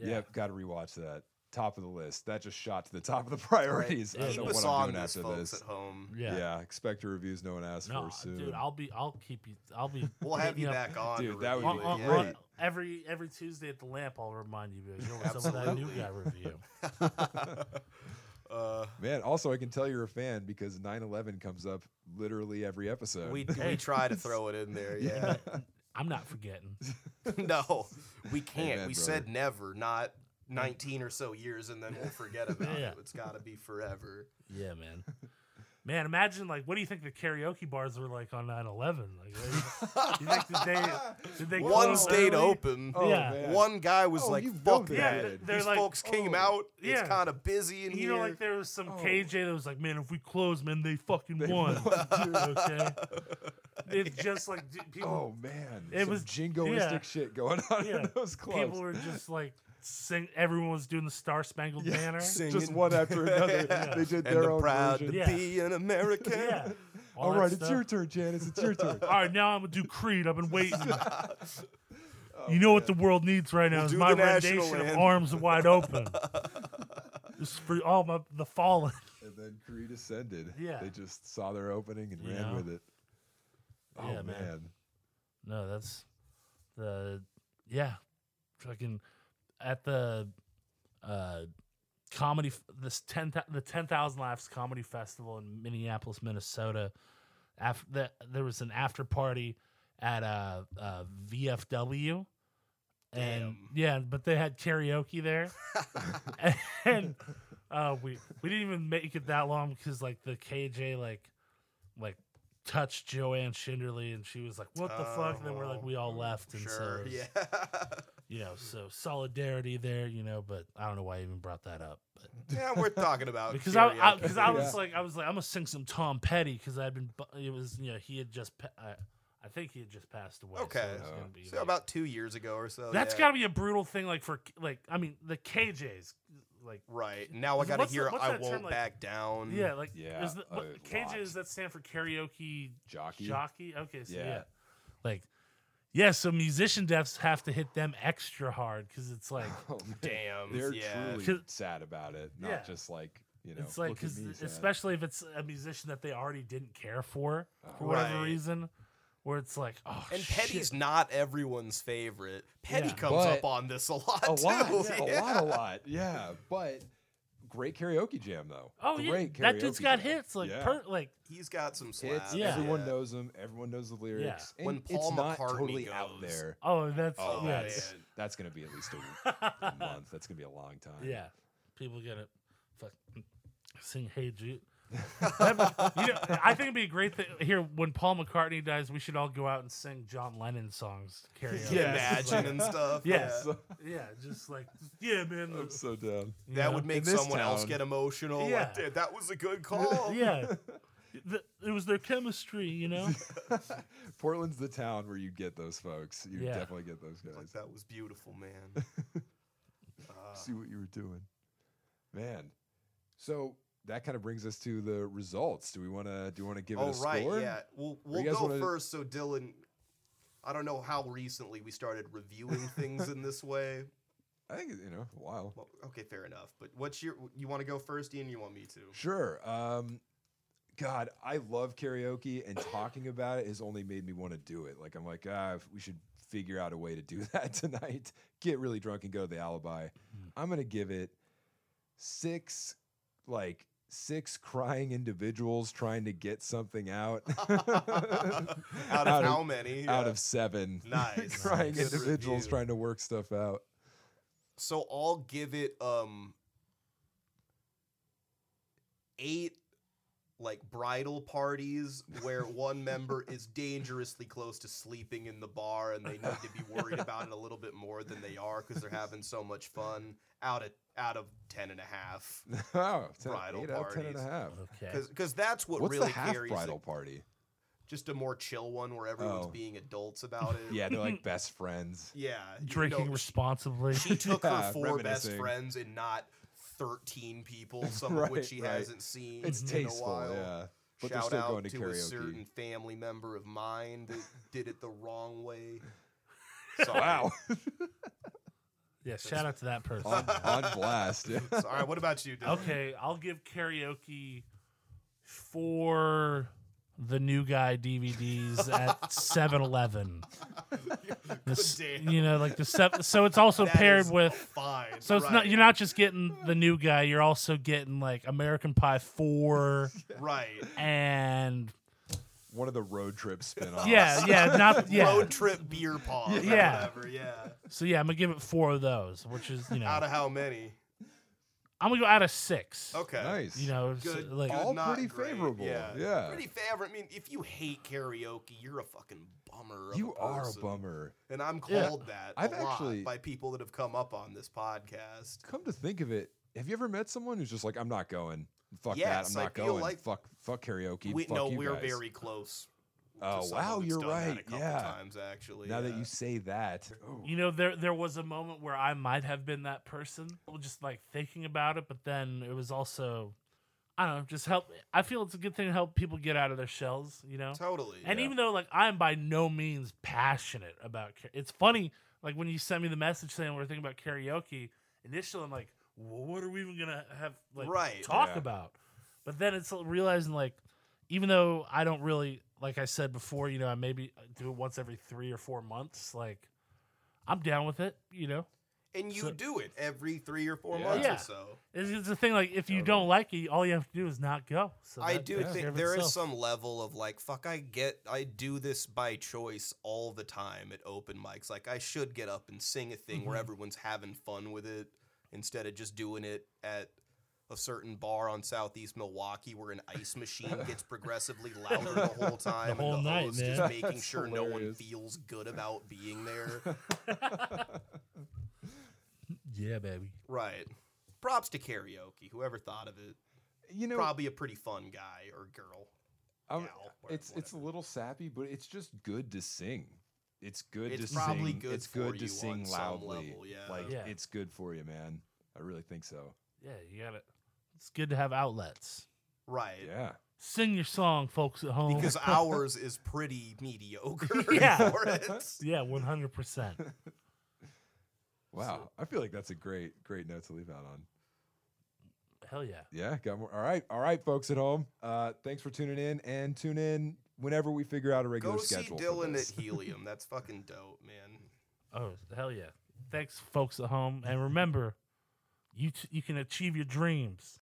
Speaker 3: yeah.
Speaker 1: Yep, got to rewatch that. Top of the list. That just shot to the top of the (laughs) priorities. I don't
Speaker 2: Keep
Speaker 1: know
Speaker 2: us
Speaker 1: what
Speaker 2: on
Speaker 1: I'm doing
Speaker 2: this,
Speaker 1: after
Speaker 2: folks
Speaker 1: this. (laughs)
Speaker 2: at home.
Speaker 1: Yeah.
Speaker 3: Yeah.
Speaker 1: expect your reviews no one asked
Speaker 3: No,
Speaker 1: for soon.
Speaker 3: dude, I'll be. I'll keep you.
Speaker 1: (laughs)
Speaker 3: I'll be.
Speaker 2: We'll have
Speaker 3: hitting
Speaker 2: you
Speaker 3: up
Speaker 2: back on.
Speaker 1: Dude,
Speaker 2: to
Speaker 1: that would
Speaker 2: review
Speaker 1: be
Speaker 2: it.
Speaker 3: on,
Speaker 1: great.
Speaker 2: Yeah.
Speaker 3: on- every every Tuesday at the lamp, I'll remind you. You're some of that new
Speaker 2: Absolutely.
Speaker 3: guy review.
Speaker 2: (laughs) Uh,
Speaker 1: Man, also, I can tell you're a fan because 9 11 comes up literally every episode. (laughs)
Speaker 2: we
Speaker 3: Hey.
Speaker 2: we try to throw it in there. Yeah.
Speaker 3: I'm not forgetting.
Speaker 2: (laughs) no, we can't.
Speaker 1: Amen,
Speaker 2: we
Speaker 1: brother.
Speaker 2: said never, not 19 or so years, and then we'll forget
Speaker 1: (laughs)
Speaker 2: about
Speaker 3: Yeah.
Speaker 2: it. It's got to be forever.
Speaker 3: Yeah, man. Man, imagine like what do you think the karaoke bars were like on 9/11? Like, what do you you
Speaker 1: (laughs)
Speaker 3: think that they did they
Speaker 2: One
Speaker 3: close
Speaker 2: stayed
Speaker 3: early?
Speaker 2: open.
Speaker 1: Oh,
Speaker 3: Yeah.
Speaker 1: man.
Speaker 2: One guy was
Speaker 1: Oh,
Speaker 2: like,
Speaker 1: you know
Speaker 2: "Fuck
Speaker 1: they
Speaker 3: Yeah,
Speaker 2: that."
Speaker 1: did.
Speaker 3: they're
Speaker 2: These
Speaker 3: like,
Speaker 2: folks came
Speaker 1: oh,
Speaker 2: out.
Speaker 3: yeah.
Speaker 2: It's kind of busy in
Speaker 3: You
Speaker 2: here.
Speaker 3: know, like there was some
Speaker 1: Oh.
Speaker 3: KJ that was like, "Man, if we close, man, they fucking
Speaker 1: They
Speaker 3: won." (laughs)
Speaker 1: won,
Speaker 3: okay,
Speaker 2: (laughs)
Speaker 1: (laughs)
Speaker 3: it's just like d- people,
Speaker 1: Oh man,
Speaker 3: It
Speaker 1: it
Speaker 3: was-
Speaker 1: was jingoistic
Speaker 3: yeah.
Speaker 1: shit going on
Speaker 3: Yeah.
Speaker 1: in those clubs.
Speaker 3: people were just like, sing. Everyone was doing the Star Spangled
Speaker 1: Yeah,
Speaker 3: Banner.
Speaker 2: singing.
Speaker 1: just one after
Speaker 2: (laughs)
Speaker 1: another.
Speaker 3: Yeah.
Speaker 1: They did
Speaker 2: and
Speaker 1: their
Speaker 2: they're
Speaker 1: own
Speaker 2: proud
Speaker 1: version.
Speaker 2: to
Speaker 3: (laughs) Yeah.
Speaker 2: be an American.
Speaker 3: Yeah.
Speaker 1: All
Speaker 3: that
Speaker 1: right, it's
Speaker 3: stuff.
Speaker 1: your turn, Janice. It's your
Speaker 3: (laughs)
Speaker 1: turn.
Speaker 3: All right, now I'm gonna do Creed. I've
Speaker 2: (laughs)
Speaker 3: been waiting.
Speaker 1: Oh,
Speaker 3: you know what the world needs right now
Speaker 2: We'll
Speaker 3: is
Speaker 2: do
Speaker 3: my
Speaker 2: the national
Speaker 3: rendition of
Speaker 2: anthem.
Speaker 3: Arms Wide Open. this is for all my the fallen.
Speaker 1: And then Creed ascended.
Speaker 3: Yeah.
Speaker 1: They just saw their opening and
Speaker 3: You
Speaker 1: ran
Speaker 3: know?
Speaker 1: with it. Oh
Speaker 3: Yeah, man.
Speaker 1: man.
Speaker 3: No, that's the yeah, fucking at the uh comedy f- this ten thou- the ten thousand laughs comedy festival in Minneapolis, Minnesota. After that, there was an after party at uh, uh VFW. And
Speaker 2: Damn.
Speaker 3: yeah, but they had karaoke there, (laughs) and uh, we we didn't even make it that long because like the KJ like like touched Joanne Shinderly and she was like, "What the fuck?" And then we're like,
Speaker 2: Oh,
Speaker 3: we all left, and so
Speaker 2: Sure.
Speaker 3: it was-
Speaker 2: Yeah.
Speaker 3: you know, so solidarity there, you know. But I don't know why I even brought that up, but
Speaker 2: (laughs) yeah, we're talking about
Speaker 3: because I I,
Speaker 2: karaoke.
Speaker 3: cause I was
Speaker 1: Yeah.
Speaker 3: like I was like I'm gonna sing some Tom Petty because I'd been bu- it was you know he had just pa- I, I think he had just passed away. so,
Speaker 2: Okay.
Speaker 3: it was gonna
Speaker 1: Oh.
Speaker 3: be
Speaker 2: So
Speaker 3: like-
Speaker 2: about two years ago or so.
Speaker 3: that's
Speaker 2: yeah.
Speaker 3: gotta be a brutal thing, like for like I mean the KJs, like
Speaker 2: right. Now I
Speaker 3: What's
Speaker 2: gotta
Speaker 3: the-
Speaker 2: hear
Speaker 3: what's
Speaker 2: I
Speaker 3: that term,
Speaker 2: won't
Speaker 3: like-
Speaker 2: back down.
Speaker 3: yeah, like
Speaker 1: Mm, Yeah,
Speaker 3: there's the,
Speaker 1: a
Speaker 3: what, KJs
Speaker 1: lot.
Speaker 3: that stand for karaoke
Speaker 1: Jockey. (laughs)
Speaker 3: jockey. Okay, so yeah.
Speaker 1: Yeah.
Speaker 3: like yeah, so musician deaths have to hit them extra hard because it's like
Speaker 1: Oh, man.
Speaker 2: Damn.
Speaker 1: They're
Speaker 2: yeah.
Speaker 1: truly
Speaker 3: (laughs) 'Cause-
Speaker 1: sad about it, not
Speaker 3: Yeah.
Speaker 1: just like (sighs) you know.
Speaker 3: it's like
Speaker 1: look at
Speaker 3: because
Speaker 1: me sad.
Speaker 3: especially if it's a musician that they already didn't care for for
Speaker 1: Oh,
Speaker 3: whatever
Speaker 2: Right.
Speaker 3: reason, where it's like oh
Speaker 2: And
Speaker 3: shit.
Speaker 2: Petty's not everyone's favorite. Petty
Speaker 3: Yeah.
Speaker 2: comes
Speaker 1: But-
Speaker 2: up on this a lot
Speaker 1: a
Speaker 2: (laughs) too.
Speaker 1: lot,
Speaker 2: Yeah.
Speaker 1: a lot, a lot. Yeah, but great karaoke jam though.
Speaker 3: oh yeah,
Speaker 1: great karaoke
Speaker 3: that dude's got
Speaker 1: jam.
Speaker 3: hits like
Speaker 1: Yeah.
Speaker 3: per, like
Speaker 2: He's got some
Speaker 1: It's
Speaker 2: slaps.
Speaker 3: Yeah.
Speaker 1: everyone knows them. Everyone knows the lyrics. And
Speaker 2: When Paul
Speaker 1: it's not
Speaker 2: McCartney
Speaker 1: totally out
Speaker 2: goes.
Speaker 1: there.
Speaker 3: oh that's
Speaker 1: Oh,
Speaker 2: yeah,
Speaker 3: yes.
Speaker 1: that's
Speaker 3: (laughs)
Speaker 1: that's gonna be at least a, a month. That's gonna be a long time. (laughs)
Speaker 3: yeah, people gonna fuck sing Hey Jude. (laughs) That'd
Speaker 2: (laughs)
Speaker 3: be- you know, I think it'd be a great thing here when Paul McCartney dies. We should all go out and sing John Lennon songs karaoke.
Speaker 1: Yeah.
Speaker 2: Imagine and stuff.
Speaker 3: Yes.
Speaker 2: Yeah.
Speaker 1: So,
Speaker 3: yeah, just like yeah, man.
Speaker 1: I'm so
Speaker 3: (laughs)
Speaker 1: down.
Speaker 3: you
Speaker 2: That
Speaker 3: know?
Speaker 2: would make
Speaker 1: In this
Speaker 2: someone else
Speaker 1: town.
Speaker 2: get emotional.
Speaker 3: Yeah.
Speaker 2: Like, "Dude, that was a good call.
Speaker 3: (laughs) yeah. The, it was their chemistry, you know.
Speaker 1: (laughs) Portland's the town where you get those folks. You
Speaker 3: Yeah.
Speaker 1: definitely get those guys.
Speaker 2: Like that was beautiful,
Speaker 1: (laughs)
Speaker 2: man. Uh,
Speaker 1: See what you were doing, man. So that kind of brings us to the results. Do we want to? Do you want to give
Speaker 2: Oh
Speaker 1: it a
Speaker 2: right,
Speaker 1: score?
Speaker 2: yeah. We'll we'll
Speaker 1: guys
Speaker 2: go
Speaker 1: wanna-
Speaker 2: first. So Dylan, I don't know how recently we started
Speaker 1: (laughs)
Speaker 2: reviewing things in this way.
Speaker 1: I think you know. Wow.
Speaker 2: Well, okay, fair enough. But what's your? You want to go first, Ian? You want me
Speaker 1: (laughs)
Speaker 2: to?
Speaker 1: Sure. Um, God, I love karaoke, and talking about it has only made me want to do it. Like I'm like, ah, if we should figure out a way to do (laughs) that tonight. Get really drunk and go to the alibi. I'm gonna give it six, like six crying individuals trying to get something
Speaker 2: (laughs)
Speaker 1: out.
Speaker 2: out of how
Speaker 1: (laughs)
Speaker 2: many?
Speaker 1: out
Speaker 2: Yeah.
Speaker 1: of seven
Speaker 2: Nice.
Speaker 1: (laughs) crying
Speaker 2: Good
Speaker 1: individuals
Speaker 2: review.
Speaker 1: trying to work stuff out. (laughs)
Speaker 2: So I'll give it um eight like bridal parties
Speaker 1: (laughs)
Speaker 2: where one member is dangerously close to sleeping in the bar and they need to be worried about it a little bit more than they are because they're having so much fun out of out of ten and a half
Speaker 1: oh, 10,
Speaker 2: Bridal
Speaker 1: eight out of ten and a
Speaker 2: parties.
Speaker 1: half.
Speaker 3: Okay.
Speaker 2: because because that's what
Speaker 1: What's
Speaker 2: really
Speaker 1: the half
Speaker 2: carries
Speaker 1: bridal
Speaker 2: it.
Speaker 1: party?
Speaker 2: just a more chill one where everyone's
Speaker 1: Oh.
Speaker 2: being adults about
Speaker 1: (laughs)
Speaker 2: it
Speaker 1: Yeah, they're
Speaker 2: (laughs)
Speaker 1: like best friends.
Speaker 2: yeah you
Speaker 3: Drinking
Speaker 2: know,
Speaker 1: (laughs)
Speaker 3: responsibly.
Speaker 2: she took
Speaker 1: Yeah,
Speaker 2: her four best
Speaker 1: reminiscing.
Speaker 2: friends and not
Speaker 1: (laughs)
Speaker 2: 13 people some of
Speaker 1: Right,
Speaker 2: which she
Speaker 1: right.
Speaker 2: hasn't seen
Speaker 1: It's
Speaker 2: in a
Speaker 1: tasteful,
Speaker 2: while (laughs)
Speaker 1: yeah. But they're
Speaker 2: Shout
Speaker 1: still
Speaker 2: out
Speaker 1: going to,
Speaker 2: to, a
Speaker 1: karaoke.
Speaker 2: certain family member of mine
Speaker 1: (laughs)
Speaker 2: that did it the wrong way. Sorry.
Speaker 1: Wow,
Speaker 3: (laughs) Yeah, shout out to that person.
Speaker 1: (laughs)
Speaker 2: Oh,
Speaker 1: on, on blast.
Speaker 2: (laughs)
Speaker 1: yeah.
Speaker 2: All right, what about you, Dylan? (laughs)
Speaker 3: Okay, I'll give karaoke for the new guy DVDs at
Speaker 2: (laughs)
Speaker 3: 7-Eleven. This-
Speaker 2: Oh, Damn.
Speaker 3: you know, like the sev- so it's also
Speaker 2: That
Speaker 3: paired
Speaker 2: is
Speaker 3: with
Speaker 2: Fine.
Speaker 3: so it's
Speaker 2: right,
Speaker 3: not you're not just getting the new guy, you're also getting like American
Speaker 2: (laughs)
Speaker 3: Pie 4
Speaker 2: right.
Speaker 3: and
Speaker 1: One of the road trip spinoffs.
Speaker 3: yeah,
Speaker 1: (laughs)
Speaker 3: yeah, not yeah.
Speaker 2: Oh. Road trip beer pong. or
Speaker 3: Yeah.
Speaker 2: whatever, yeah.
Speaker 3: So yeah, I'm gonna give it four of those, which is you know
Speaker 2: Out of how many?
Speaker 3: I'm gonna go out of six.
Speaker 2: (laughs) Okay.
Speaker 1: nice.
Speaker 3: You know, so,
Speaker 2: Good.
Speaker 3: like
Speaker 2: good,
Speaker 1: All
Speaker 2: not
Speaker 1: pretty
Speaker 2: great,
Speaker 1: favorable,
Speaker 2: Yeah.
Speaker 1: yeah.
Speaker 2: Pretty favorable. I mean, if you hate karaoke, you're a fucking bummer. of
Speaker 1: you
Speaker 2: a
Speaker 1: are a
Speaker 2: person.
Speaker 1: bummer.
Speaker 2: And I'm
Speaker 3: Yeah.
Speaker 2: called that
Speaker 1: I've
Speaker 2: a lot
Speaker 1: actually-
Speaker 2: by people that have come up on this podcast.
Speaker 1: Come to think of it, have you ever met someone who's just like, "I'm not going. Fuck that.
Speaker 2: Yes,
Speaker 1: I'm
Speaker 2: I
Speaker 1: not
Speaker 2: feel
Speaker 1: going.
Speaker 2: like-
Speaker 1: fuck, fuck karaoke.
Speaker 2: we
Speaker 1: fuck
Speaker 2: no,
Speaker 1: you
Speaker 2: we're
Speaker 1: guys."
Speaker 2: very close. to
Speaker 1: Oh
Speaker 2: someone
Speaker 1: wow,
Speaker 2: that's
Speaker 1: you're
Speaker 2: done that
Speaker 1: right.
Speaker 2: a couple
Speaker 1: Yeah.
Speaker 2: Times actually.
Speaker 1: Now that
Speaker 2: yeah.
Speaker 1: you say that, oh,
Speaker 3: You know, there there was a moment where I might have been that person, well, just like thinking about it, but then it was also, I don't know, just help. I feel it's a good thing to help people get out of their shells, you know.
Speaker 2: totally.
Speaker 3: And
Speaker 1: Yeah.
Speaker 3: even though like I'm by no means passionate about, karaoke, it's funny like when you sent me the message saying we're thinking about karaoke. Initially, I'm like, well, what are we even gonna have like
Speaker 2: Right,
Speaker 3: talk
Speaker 1: yeah.
Speaker 3: about? But then it's realizing like, even though I don't really like I said before, you know, I maybe uh, do it once every three or four months. Like, I'm down with it. You know,
Speaker 2: and you
Speaker 3: So-
Speaker 2: do it every three or four
Speaker 1: Yeah.
Speaker 2: months
Speaker 3: Yeah.
Speaker 2: or so.
Speaker 3: it's, it's a thing like if you
Speaker 1: Totally.
Speaker 3: don't like it, all you have to do is not go. So
Speaker 2: I
Speaker 3: that
Speaker 2: do
Speaker 3: takes care
Speaker 2: think
Speaker 3: of
Speaker 2: there is
Speaker 3: itself.
Speaker 2: some level of like, fuck, I get, I do this by choice all the time at open mics. Like, I should get up and sing a thing
Speaker 1: Mm-hmm.
Speaker 2: where
Speaker 3: Mhm.
Speaker 2: everyone's having fun with it instead of just doing it at a certain bar on Southeast Milwaukee where an ice machine
Speaker 1: (laughs)
Speaker 2: gets progressively louder the whole time.
Speaker 3: whole
Speaker 2: and the
Speaker 3: night,
Speaker 2: host
Speaker 3: man.
Speaker 2: is making
Speaker 1: That's
Speaker 2: sure no one
Speaker 1: hilarious.
Speaker 2: feels good about
Speaker 1: (laughs)
Speaker 2: being there.
Speaker 3: yeah, baby.
Speaker 2: right. Props to karaoke. Whoever thought of it.
Speaker 1: you know,
Speaker 2: Probably a pretty fun guy or girl.
Speaker 1: I'm-
Speaker 2: gal, wha-
Speaker 1: it's it's a
Speaker 2: whatever.
Speaker 1: little sappy, but it's just good to sing. It's good
Speaker 2: It's
Speaker 1: to
Speaker 2: probably
Speaker 1: sing.
Speaker 2: good
Speaker 1: it's
Speaker 2: for
Speaker 1: good to
Speaker 2: you
Speaker 1: sing
Speaker 2: on some
Speaker 1: loudly.
Speaker 2: level, yeah.
Speaker 1: Like
Speaker 3: Yeah.
Speaker 1: it's good for you, man. I really think so.
Speaker 3: Yeah, you got it. It's good to have outlets.
Speaker 2: Right.
Speaker 1: Yeah.
Speaker 3: Sing your song, folks at home.
Speaker 2: because ours is pretty mediocre (laughs)
Speaker 3: Yeah.
Speaker 2: for it.
Speaker 3: (laughs) yeah, one hundred percent.
Speaker 1: Wow. I feel like that's a great great note to leave out on.
Speaker 3: Hell yeah.
Speaker 1: Yeah, got more. All right. All right, folks at home. Uh thanks for tuning in and tune in whenever we figure out a regular
Speaker 2: Go see
Speaker 1: schedule. for
Speaker 2: Dylan
Speaker 1: this. (laughs)
Speaker 2: at Helium. That's fucking dope, man.
Speaker 3: Oh, hell yeah. Thanks, folks at home. And remember, you t- you can achieve your dreams